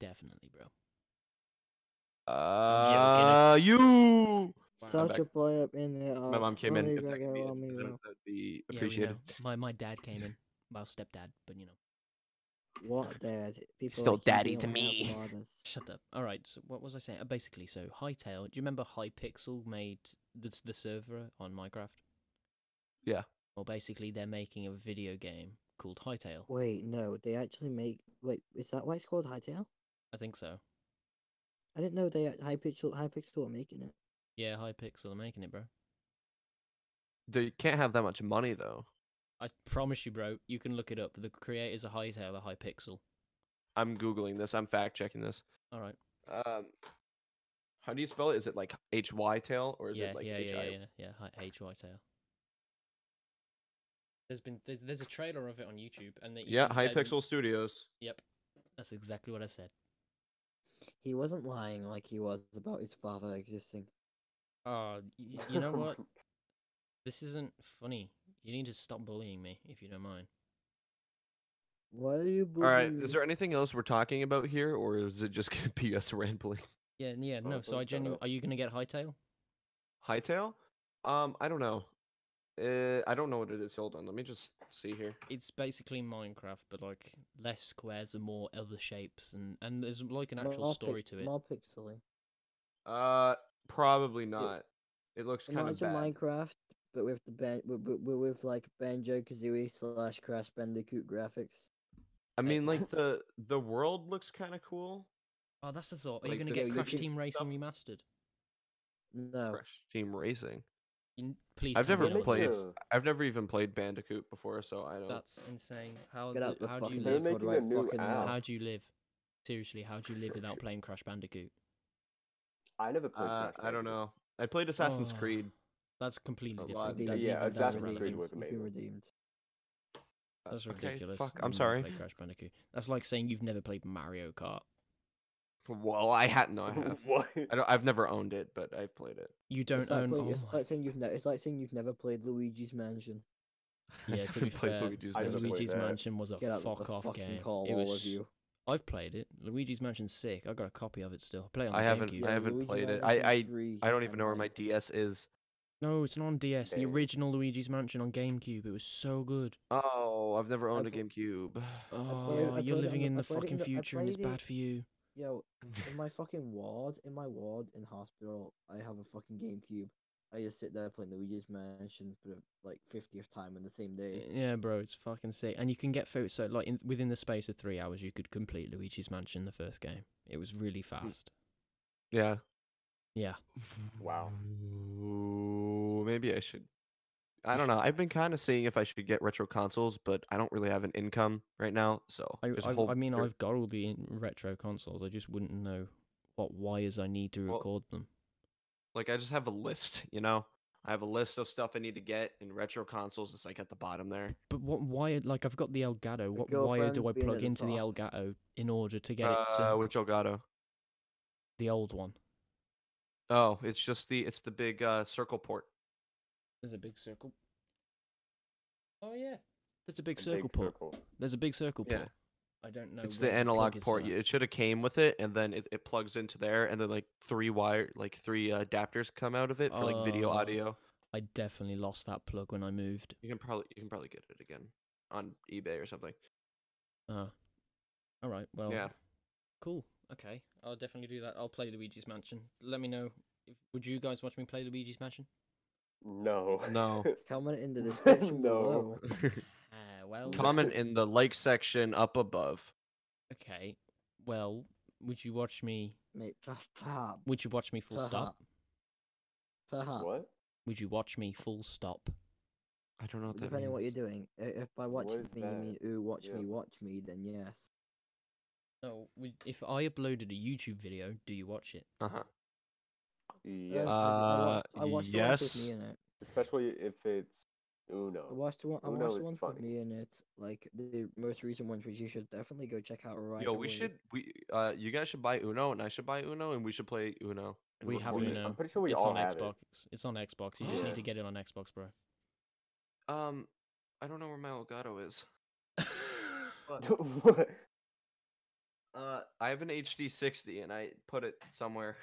Speaker 1: Definitely, bro.
Speaker 2: Uh, you. I'm
Speaker 3: Such
Speaker 2: back.
Speaker 3: a boy up in the uh,
Speaker 2: My mom came in.
Speaker 3: Mommy
Speaker 2: If that
Speaker 3: regular,
Speaker 2: could be,
Speaker 3: mommy
Speaker 2: in-
Speaker 3: regular.
Speaker 2: that'd be
Speaker 1: Yeah, we
Speaker 2: appreciated.
Speaker 1: know. My my dad came in. Well, stepdad, but you know.
Speaker 3: What dad? People
Speaker 2: still
Speaker 3: like you
Speaker 2: daddy
Speaker 3: don't
Speaker 2: to
Speaker 3: have
Speaker 2: me.
Speaker 3: fathers.
Speaker 1: Shut up. All right. So what was I saying? Uh, basically, so Hightail. Do you remember Hypixel made the s- the server on Minecraft?
Speaker 2: Yeah.
Speaker 1: Well, basically, they're making a video game called Hightail.
Speaker 3: Wait, no, they actually make. Wait, is that why it's called Hightail?
Speaker 1: I think so.
Speaker 3: I didn't know they Hypixel Hypixel were making it.
Speaker 1: Yeah, Hypixel are making it, bro.
Speaker 2: They can't have that much money though.
Speaker 1: I promise you, bro. You can look it up. The creators of Hightail are Hypixel.
Speaker 2: I'm googling this. I'm fact checking this.
Speaker 1: All right.
Speaker 2: Um, how do you spell it? Is it like H Y tail or is
Speaker 1: yeah,
Speaker 2: it like
Speaker 1: yeah,
Speaker 2: H
Speaker 1: yeah,
Speaker 2: I?
Speaker 1: yeah, yeah, yeah. Hi- H Whitetail. There's been there's, there's a trailer of it on YouTube, and that you
Speaker 2: Yeah,
Speaker 1: can tell-
Speaker 2: Hypixel Studios.
Speaker 1: Yep, that's exactly what I said.
Speaker 3: He wasn't lying like he was about his father existing.
Speaker 1: Oh, y- you know what? This isn't funny. You need to stop bullying me if you don't mind.
Speaker 3: Why are you?
Speaker 2: All right.
Speaker 3: bullying
Speaker 2: Is
Speaker 3: me?
Speaker 2: there anything else we're talking about here, or is it just gonna be us rambling?
Speaker 1: Yeah, n- yeah,
Speaker 2: Oh,
Speaker 1: no. So I
Speaker 2: don't shut
Speaker 1: genuinely,
Speaker 2: up.
Speaker 1: are you gonna get Hightail?
Speaker 2: Hightail? Um, I don't know. Uh, I don't know what it is. Hold on. Let me just see here.
Speaker 1: It's basically Minecraft, but like less squares and more other shapes, and and there's like an actual
Speaker 3: More pic-
Speaker 1: story to it.
Speaker 3: More pixely.
Speaker 2: Uh, probably not. It looks kind of
Speaker 3: Imagine
Speaker 2: bad.
Speaker 3: Minecraft, but with the ben, with, with, with- with like Banjo Kazooie slash Crash Bandicoot graphics.
Speaker 2: I mean, like the the world looks kind of cool.
Speaker 1: Oh, that's the thought. Are
Speaker 2: Like
Speaker 1: you gonna
Speaker 2: the
Speaker 1: get Crash
Speaker 2: city
Speaker 1: Team Racing
Speaker 2: stuff?
Speaker 1: remastered? Oh.
Speaker 3: No,
Speaker 2: Crash Team Racing.
Speaker 1: You, n- please.
Speaker 2: I've
Speaker 1: tell me
Speaker 2: never
Speaker 1: no.
Speaker 4: make
Speaker 2: played.
Speaker 4: a-
Speaker 2: I've never even played Bandicoot before, so I don't.
Speaker 1: That's insane. How
Speaker 3: get
Speaker 1: do-
Speaker 3: out the
Speaker 1: how do you
Speaker 3: fucking
Speaker 1: live?
Speaker 4: They're
Speaker 3: Discord
Speaker 4: making a
Speaker 3: right
Speaker 4: new
Speaker 3: fucking
Speaker 4: app.
Speaker 3: now.
Speaker 1: How do you live? Seriously, how do you live without playing Crash Bandicoot?
Speaker 4: I never played. Crash
Speaker 2: Uh, I
Speaker 4: Bandicoot.
Speaker 2: don't know. I played Assassin's
Speaker 1: Oh,
Speaker 2: Creed.
Speaker 1: That's completely
Speaker 2: A
Speaker 1: different.
Speaker 2: lot.
Speaker 1: That's
Speaker 4: Yeah,
Speaker 1: even- that's
Speaker 4: Assassin's
Speaker 1: irrelevant.
Speaker 4: Creed was
Speaker 3: You've been
Speaker 4: amazing.
Speaker 3: redeemed.
Speaker 2: Uh,
Speaker 1: That's
Speaker 2: okay,
Speaker 1: ridiculous.
Speaker 2: Fuck,
Speaker 1: You've
Speaker 2: I'm
Speaker 1: never
Speaker 2: sorry.
Speaker 1: played Crash Bandicoot. That's like saying you've never played Mario Kart.
Speaker 2: Well, I had no. I have.
Speaker 4: what?
Speaker 2: I don't. I've never owned it, but I've played it.
Speaker 1: You don't
Speaker 3: it's like,
Speaker 1: own.
Speaker 3: play-
Speaker 1: oh
Speaker 3: it's,
Speaker 1: my-
Speaker 3: like saying you've ne- it's like saying you've never played Luigi's Mansion.
Speaker 1: Yeah, to be
Speaker 2: Played
Speaker 1: fair,
Speaker 2: Luigi's
Speaker 4: I never played
Speaker 1: Luigi's
Speaker 4: that.
Speaker 1: Mansion was a
Speaker 3: Get out of
Speaker 1: fuck
Speaker 3: the
Speaker 1: off
Speaker 3: fucking
Speaker 1: game.
Speaker 3: call,
Speaker 1: It
Speaker 3: all
Speaker 1: was-
Speaker 3: of you.
Speaker 1: I've played it. Luigi's Mansion's sick. I got a copy of it still. I play it on
Speaker 2: I
Speaker 1: the
Speaker 2: haven't-
Speaker 1: GameCube.
Speaker 2: I haven't
Speaker 3: Luigi
Speaker 2: played it.
Speaker 3: Mansion
Speaker 2: I- I-
Speaker 3: 3
Speaker 2: I don't even
Speaker 3: and,
Speaker 2: know where my
Speaker 3: like,
Speaker 2: DS is.
Speaker 1: No, it's not on DS. The
Speaker 4: Damn.
Speaker 1: original Luigi's Mansion on GameCube. It was so good.
Speaker 2: Oh, I've never owned a
Speaker 3: pl-
Speaker 2: GameCube.
Speaker 1: Oh,
Speaker 3: I
Speaker 1: you're living
Speaker 3: played it on the-
Speaker 1: in
Speaker 3: I
Speaker 1: the
Speaker 3: played it in
Speaker 1: fucking
Speaker 3: the- I
Speaker 1: future, and it's
Speaker 3: played it-
Speaker 1: bad for you.
Speaker 3: Yo, in my fucking ward, in my ward in hospital, I have a fucking GameCube. I just sit there playing Luigi's Mansion for the, like fiftieth time in the same day.
Speaker 1: Yeah, bro, it's fucking sick. And you can get through it so like in, within the space of three hours, you could complete Luigi's Mansion the first game. It was really
Speaker 2: Hmm.
Speaker 1: fast.
Speaker 2: yeah.
Speaker 1: Yeah.
Speaker 4: Wow.
Speaker 2: Ooh, maybe I should. I don't know. I've been kind of seeing if I should get retro consoles, but I don't really have an income right now, so
Speaker 1: I
Speaker 2: there's a
Speaker 1: I,
Speaker 2: whole
Speaker 1: I mean,
Speaker 2: year-
Speaker 1: I've got all the in- retro consoles. I just wouldn't know what wires I need to
Speaker 2: Well-
Speaker 1: record them.
Speaker 2: like I just have a list, you know. I have a list of stuff I need to get, and retro consoles is like at the bottom there.
Speaker 1: But what wire? Like I've got the Elgato. What wire do
Speaker 3: girlfriend
Speaker 1: I
Speaker 3: being
Speaker 1: plug
Speaker 3: at the
Speaker 1: into the
Speaker 3: top.
Speaker 1: Elgato in order to get it
Speaker 2: uh,
Speaker 1: to
Speaker 2: which Elgato?
Speaker 1: the old one?
Speaker 2: Oh, it's just the it's the big uh, circle port.
Speaker 1: There's a big circle. Oh yeah, there's a big
Speaker 4: A
Speaker 1: circle
Speaker 4: big
Speaker 1: port.
Speaker 4: circle.
Speaker 1: There's a big circle
Speaker 2: Yeah.
Speaker 1: port. I don't know.
Speaker 2: It's
Speaker 1: where
Speaker 2: the
Speaker 1: plug
Speaker 2: analog
Speaker 1: is to
Speaker 2: port.
Speaker 1: that.
Speaker 2: y- It should have came with it, and then it, it plugs into there, and then like three wire, like three uh, adapters come out of it for like video,
Speaker 1: Oh.
Speaker 2: audio.
Speaker 1: I definitely lost that plug when I moved.
Speaker 2: You can probably you can probably get it again on eBay or something.
Speaker 1: Uh, all right. Well,
Speaker 2: Yeah.
Speaker 1: Cool. Okay. I'll definitely do that. I'll play Luigi's Mansion. Let me know. If, would you guys watch me play Luigi's Mansion?
Speaker 4: No.
Speaker 2: No.
Speaker 3: Comment in the description
Speaker 4: No.
Speaker 3: below.
Speaker 1: Uh, well.
Speaker 2: Comment in the like section up above.
Speaker 1: Okay. Well, would you watch me?
Speaker 3: Mate, perhaps, perhaps,
Speaker 1: Would you watch me full stop?
Speaker 3: perhaps,
Speaker 4: What?
Speaker 1: Would you watch me full stop?
Speaker 2: I don't know what that
Speaker 3: depending on what you're
Speaker 2: means.
Speaker 3: doing. I- If by watch
Speaker 4: What is
Speaker 3: me
Speaker 4: that?
Speaker 3: you mean ooh, watch
Speaker 4: Yeah.
Speaker 3: me, watch me, then yes.
Speaker 1: No. would- If I uploaded a YouTube video, do you watch it?
Speaker 2: Uh-huh.
Speaker 4: Yeah.
Speaker 3: Um, I, I, wa-
Speaker 2: Uh,
Speaker 3: I watched the ones with
Speaker 2: yes.
Speaker 3: me in it.
Speaker 4: Especially if it's Uno.
Speaker 3: I watched the one. I
Speaker 4: Uno
Speaker 3: watched
Speaker 4: is
Speaker 3: the ones
Speaker 4: funny.
Speaker 3: with me in it. Like the most recent ones, which you should definitely go check out right
Speaker 2: Yo, we
Speaker 3: away.
Speaker 2: should we uh you guys should buy Uno and I should buy Uno and we should play Uno. and
Speaker 1: We have
Speaker 2: record it.
Speaker 1: Uno.
Speaker 4: I'm pretty sure we
Speaker 1: it's
Speaker 4: all
Speaker 1: on
Speaker 4: have
Speaker 1: Xbox. It's on Xbox. You just need to get it on Xbox, bro.
Speaker 2: Um, I don't know where my Elgato is. But,
Speaker 4: it. What?
Speaker 2: uh, I have an HD60 and I put it somewhere.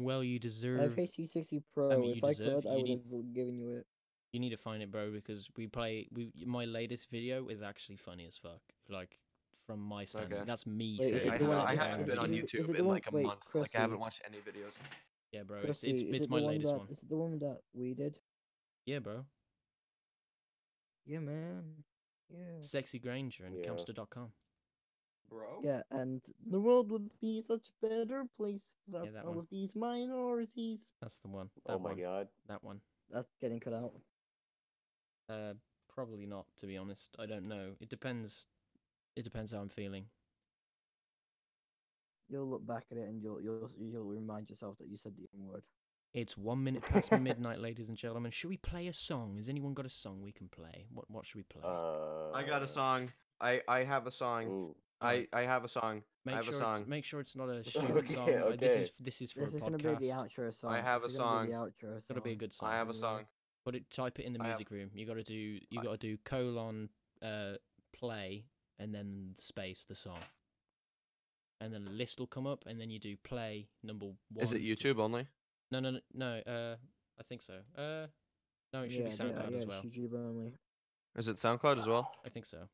Speaker 1: well, you deserve.
Speaker 3: Okay, 360 Pro.
Speaker 1: mean, you
Speaker 3: if I
Speaker 1: deserve
Speaker 3: could,
Speaker 1: it,
Speaker 3: I
Speaker 1: you
Speaker 3: would
Speaker 1: need-
Speaker 3: have given you it.
Speaker 1: You need to find it, bro, because we play. We my latest video is actually funny as fuck. Like from my standpoint,
Speaker 2: Okay.
Speaker 1: that's me.
Speaker 3: Wait,
Speaker 2: I,
Speaker 3: is
Speaker 1: sitting
Speaker 3: it
Speaker 1: down
Speaker 3: the
Speaker 2: haven't-
Speaker 1: and
Speaker 3: one
Speaker 2: I
Speaker 3: is it-
Speaker 2: haven't
Speaker 1: staring
Speaker 2: been
Speaker 1: at
Speaker 2: on
Speaker 1: it.
Speaker 3: is it- is
Speaker 2: YouTube
Speaker 3: it the
Speaker 2: in
Speaker 3: one-
Speaker 2: like a
Speaker 3: wait,
Speaker 2: month.
Speaker 3: Chrissy.
Speaker 2: Like I haven't watched any videos.
Speaker 1: Yeah, bro, it's
Speaker 3: Chrissy,
Speaker 1: it's,
Speaker 3: is
Speaker 1: it's
Speaker 3: it
Speaker 1: my
Speaker 3: the one
Speaker 1: latest
Speaker 3: that
Speaker 1: one.
Speaker 3: is it the one that we did?
Speaker 1: Yeah, bro.
Speaker 3: Yeah, man. Yeah.
Speaker 1: Sexy Granger and
Speaker 4: Yeah.
Speaker 1: Camster.com.
Speaker 2: bro.
Speaker 3: Yeah, and the world would be such a better place without
Speaker 1: that
Speaker 3: all
Speaker 1: one.
Speaker 3: of these minorities.
Speaker 1: That's the one. That
Speaker 4: Oh my
Speaker 1: one.
Speaker 4: god.
Speaker 1: That one.
Speaker 3: That's getting cut out.
Speaker 1: Uh, probably not, to be honest. I don't know. It depends. It depends how I'm feeling.
Speaker 3: You'll look back at it and you'll you'll you'll remind yourself that you said the N word.
Speaker 1: It's one minute past midnight, ladies and gentlemen. Should we play a song? Has anyone got a song we can play? What What should we play?
Speaker 4: Uh,
Speaker 2: I got a song. I I have a song.
Speaker 4: ooh.
Speaker 2: I I have a song.
Speaker 1: make
Speaker 2: have a
Speaker 1: sure
Speaker 2: song.
Speaker 1: It's, make sure it's not a short
Speaker 4: Okay,
Speaker 1: song. Uh, This
Speaker 4: okay.
Speaker 1: is this is for
Speaker 3: This
Speaker 1: a
Speaker 3: is gonna
Speaker 1: podcast.
Speaker 3: be the outro song.
Speaker 2: have a
Speaker 3: This is gonna be the outro
Speaker 1: It's gotta be a
Speaker 3: song.
Speaker 1: good song.
Speaker 2: I have a
Speaker 3: Yeah.
Speaker 2: song.
Speaker 1: Put it. Type it in the
Speaker 2: I have-
Speaker 1: music room. You gotta do. You
Speaker 2: I-
Speaker 1: gotta do colon uh play and then the space the song. And then a list will come up, and then you do play number one.
Speaker 2: Is it YouTube only?
Speaker 1: No, no, no, no. Uh, I think so. Uh, no, it should
Speaker 3: yeah,
Speaker 1: be
Speaker 3: yeah,
Speaker 1: SoundCloud
Speaker 3: yeah,
Speaker 1: as
Speaker 3: it's
Speaker 1: well.
Speaker 3: YouTube only.
Speaker 2: Is it SoundCloud as well?
Speaker 1: I think so.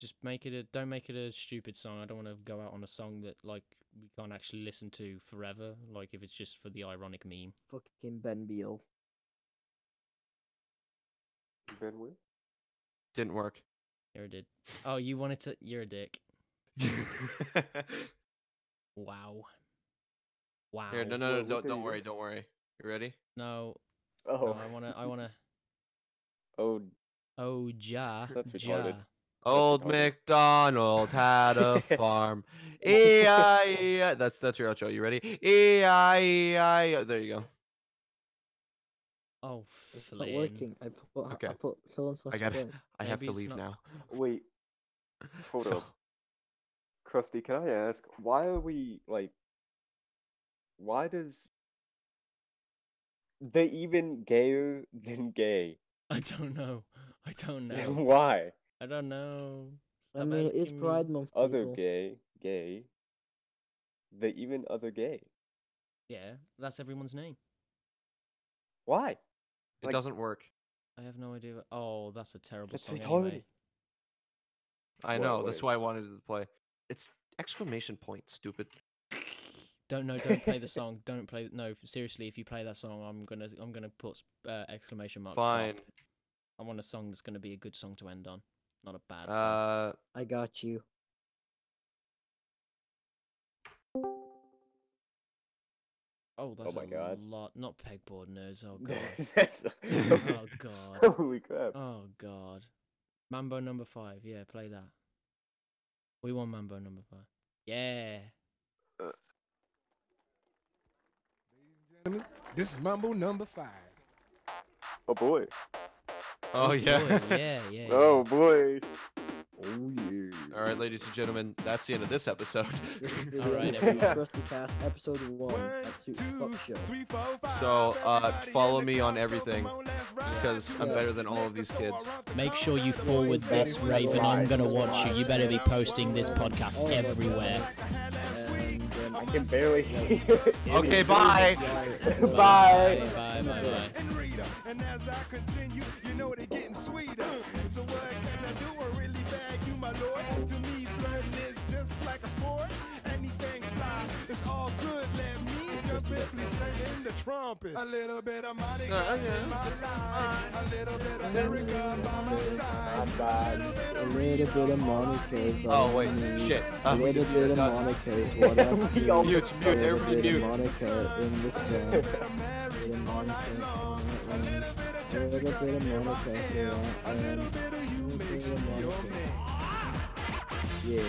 Speaker 1: Just make it a don't make it a stupid song. I don't want to go out on a song that like we can't actually listen to forever. Like if it's just for the ironic meme.
Speaker 3: Fucking Ben Beal.
Speaker 4: Ben Wee?
Speaker 2: Didn't work.
Speaker 1: You're a dick. Oh, you wanted to. You're a dick. Wow. Wow.
Speaker 2: Here, no,
Speaker 4: Wait,
Speaker 2: no, no,
Speaker 4: what
Speaker 2: don't,
Speaker 4: did
Speaker 2: don't
Speaker 4: you
Speaker 2: worry,
Speaker 4: do?
Speaker 2: don't worry. You ready?
Speaker 1: No,
Speaker 4: Oh.
Speaker 1: no, I wanna. I wanna.
Speaker 4: oh.
Speaker 1: Oh, ja.
Speaker 4: That's
Speaker 1: ja.
Speaker 4: retarded.
Speaker 2: Old
Speaker 4: Okay.
Speaker 2: MacDonald had a farm. E E-I-E-I. That's that's your outro. You ready? E E-I-E-I. There you go.
Speaker 1: Oh,
Speaker 3: It's
Speaker 1: fling.
Speaker 3: not working. I put
Speaker 2: Okay.
Speaker 3: I put colon slash
Speaker 2: I got it.
Speaker 3: Ben.
Speaker 2: I have
Speaker 1: Maybe
Speaker 2: to
Speaker 1: it's
Speaker 2: leave
Speaker 1: not-
Speaker 2: now.
Speaker 4: Wait, hold
Speaker 2: so,
Speaker 4: up. Krusty, can I ask why are we like? Why does they even gayer than gay?
Speaker 1: I don't know. I don't know.
Speaker 4: why
Speaker 1: I don't know.
Speaker 3: I
Speaker 1: Stop
Speaker 3: mean, it is
Speaker 1: asking me.
Speaker 3: Pride Month.
Speaker 4: other
Speaker 3: people.
Speaker 4: gay gay? They even other gay.
Speaker 1: Yeah, that's everyone's name.
Speaker 4: Why?
Speaker 2: It
Speaker 4: Like-
Speaker 2: doesn't work.
Speaker 1: I have no idea. what- Oh, that's a terrible
Speaker 4: That's
Speaker 1: song
Speaker 4: retarded.
Speaker 1: anyway.
Speaker 2: I
Speaker 4: What-
Speaker 2: know.
Speaker 4: what
Speaker 2: That's
Speaker 4: is
Speaker 2: why I wanted it to play. It's exclamation point. Stupid.
Speaker 1: Don't know. Don't play the song. Don't play. No, f- seriously. If you play that song, I'm gonna I'm gonna put uh, exclamation mark. stop.
Speaker 2: Fine.
Speaker 1: I want a song that's gonna be a good song to end on, not a bad song.
Speaker 2: Uh,
Speaker 3: I got you.
Speaker 1: oh, that's
Speaker 4: my
Speaker 1: a
Speaker 4: God.
Speaker 1: lot. Not pegboard nerds. Oh god.
Speaker 4: That's
Speaker 1: oh god.
Speaker 4: holy crap.
Speaker 1: Oh god. Mambo number five. Yeah, play that. We want Mambo number five. Yeah.
Speaker 6: This is Mumble number five.
Speaker 4: Oh boy.
Speaker 2: oh, yeah.
Speaker 1: Boy, yeah. Yeah.
Speaker 4: Oh boy.
Speaker 3: Oh yeah.
Speaker 2: All right, ladies and gentlemen, that's the end of this episode.
Speaker 3: This is
Speaker 1: All right,
Speaker 3: really
Speaker 4: everyone.
Speaker 3: Krusty Cast episode one. Absolute fuck show.
Speaker 6: three, four, five.
Speaker 2: So, uh,
Speaker 6: Everybody
Speaker 2: follow
Speaker 6: in the
Speaker 2: me on
Speaker 6: car, so
Speaker 2: everything,
Speaker 6: come on, let's ride
Speaker 2: because
Speaker 6: to
Speaker 2: I'm
Speaker 3: Yeah.
Speaker 2: better than all
Speaker 6: Make
Speaker 2: of
Speaker 6: the
Speaker 2: these
Speaker 6: store
Speaker 2: kids.
Speaker 6: around the
Speaker 1: Make sure you
Speaker 6: corner, the
Speaker 1: forward
Speaker 6: boys
Speaker 1: this,
Speaker 6: say we
Speaker 1: Raven. I'm
Speaker 6: ride.
Speaker 1: gonna watch you. You better be
Speaker 6: Ride it out,
Speaker 1: posting this
Speaker 6: ride it out.
Speaker 1: podcast
Speaker 6: Oh, yeah.
Speaker 1: everywhere.
Speaker 6: Like I had last week.
Speaker 3: And, um,
Speaker 4: I can barely hear you.
Speaker 2: Okay, bye.
Speaker 1: Bye.
Speaker 3: Bye.
Speaker 1: Bye. Bye. Bye.
Speaker 6: and Rita. And as I continue, you know they're getting sweeter. So what can I do? I really bag you, my lord. To me, flirting is just like a sport. Anything fly, it's all good. Let me jump in, please sing in the trumpet. A little bit of Monica in my life. A little bit of Erica by my side.
Speaker 4: Bye.
Speaker 3: A little bit of Monica's on
Speaker 2: Oh, wait.
Speaker 3: me.
Speaker 2: Shit.
Speaker 3: A
Speaker 2: Uh,
Speaker 3: little bit of
Speaker 2: uh,
Speaker 3: Monica's what I see.
Speaker 4: Mute,
Speaker 3: A
Speaker 2: mute,
Speaker 3: little
Speaker 2: everybody
Speaker 3: bit
Speaker 2: mute.
Speaker 3: of Monica in the sun. A little bit of Monica in the rain. A little bit of Monica in the
Speaker 6: A
Speaker 3: rain.
Speaker 6: little bit of you
Speaker 3: A
Speaker 6: makes
Speaker 3: little
Speaker 6: me
Speaker 3: bit of
Speaker 6: your
Speaker 3: Monica.
Speaker 6: man.
Speaker 3: Yeah.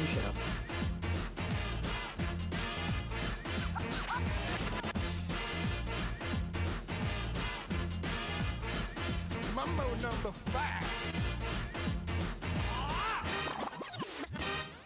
Speaker 3: You shut up.
Speaker 6: Mambo number five.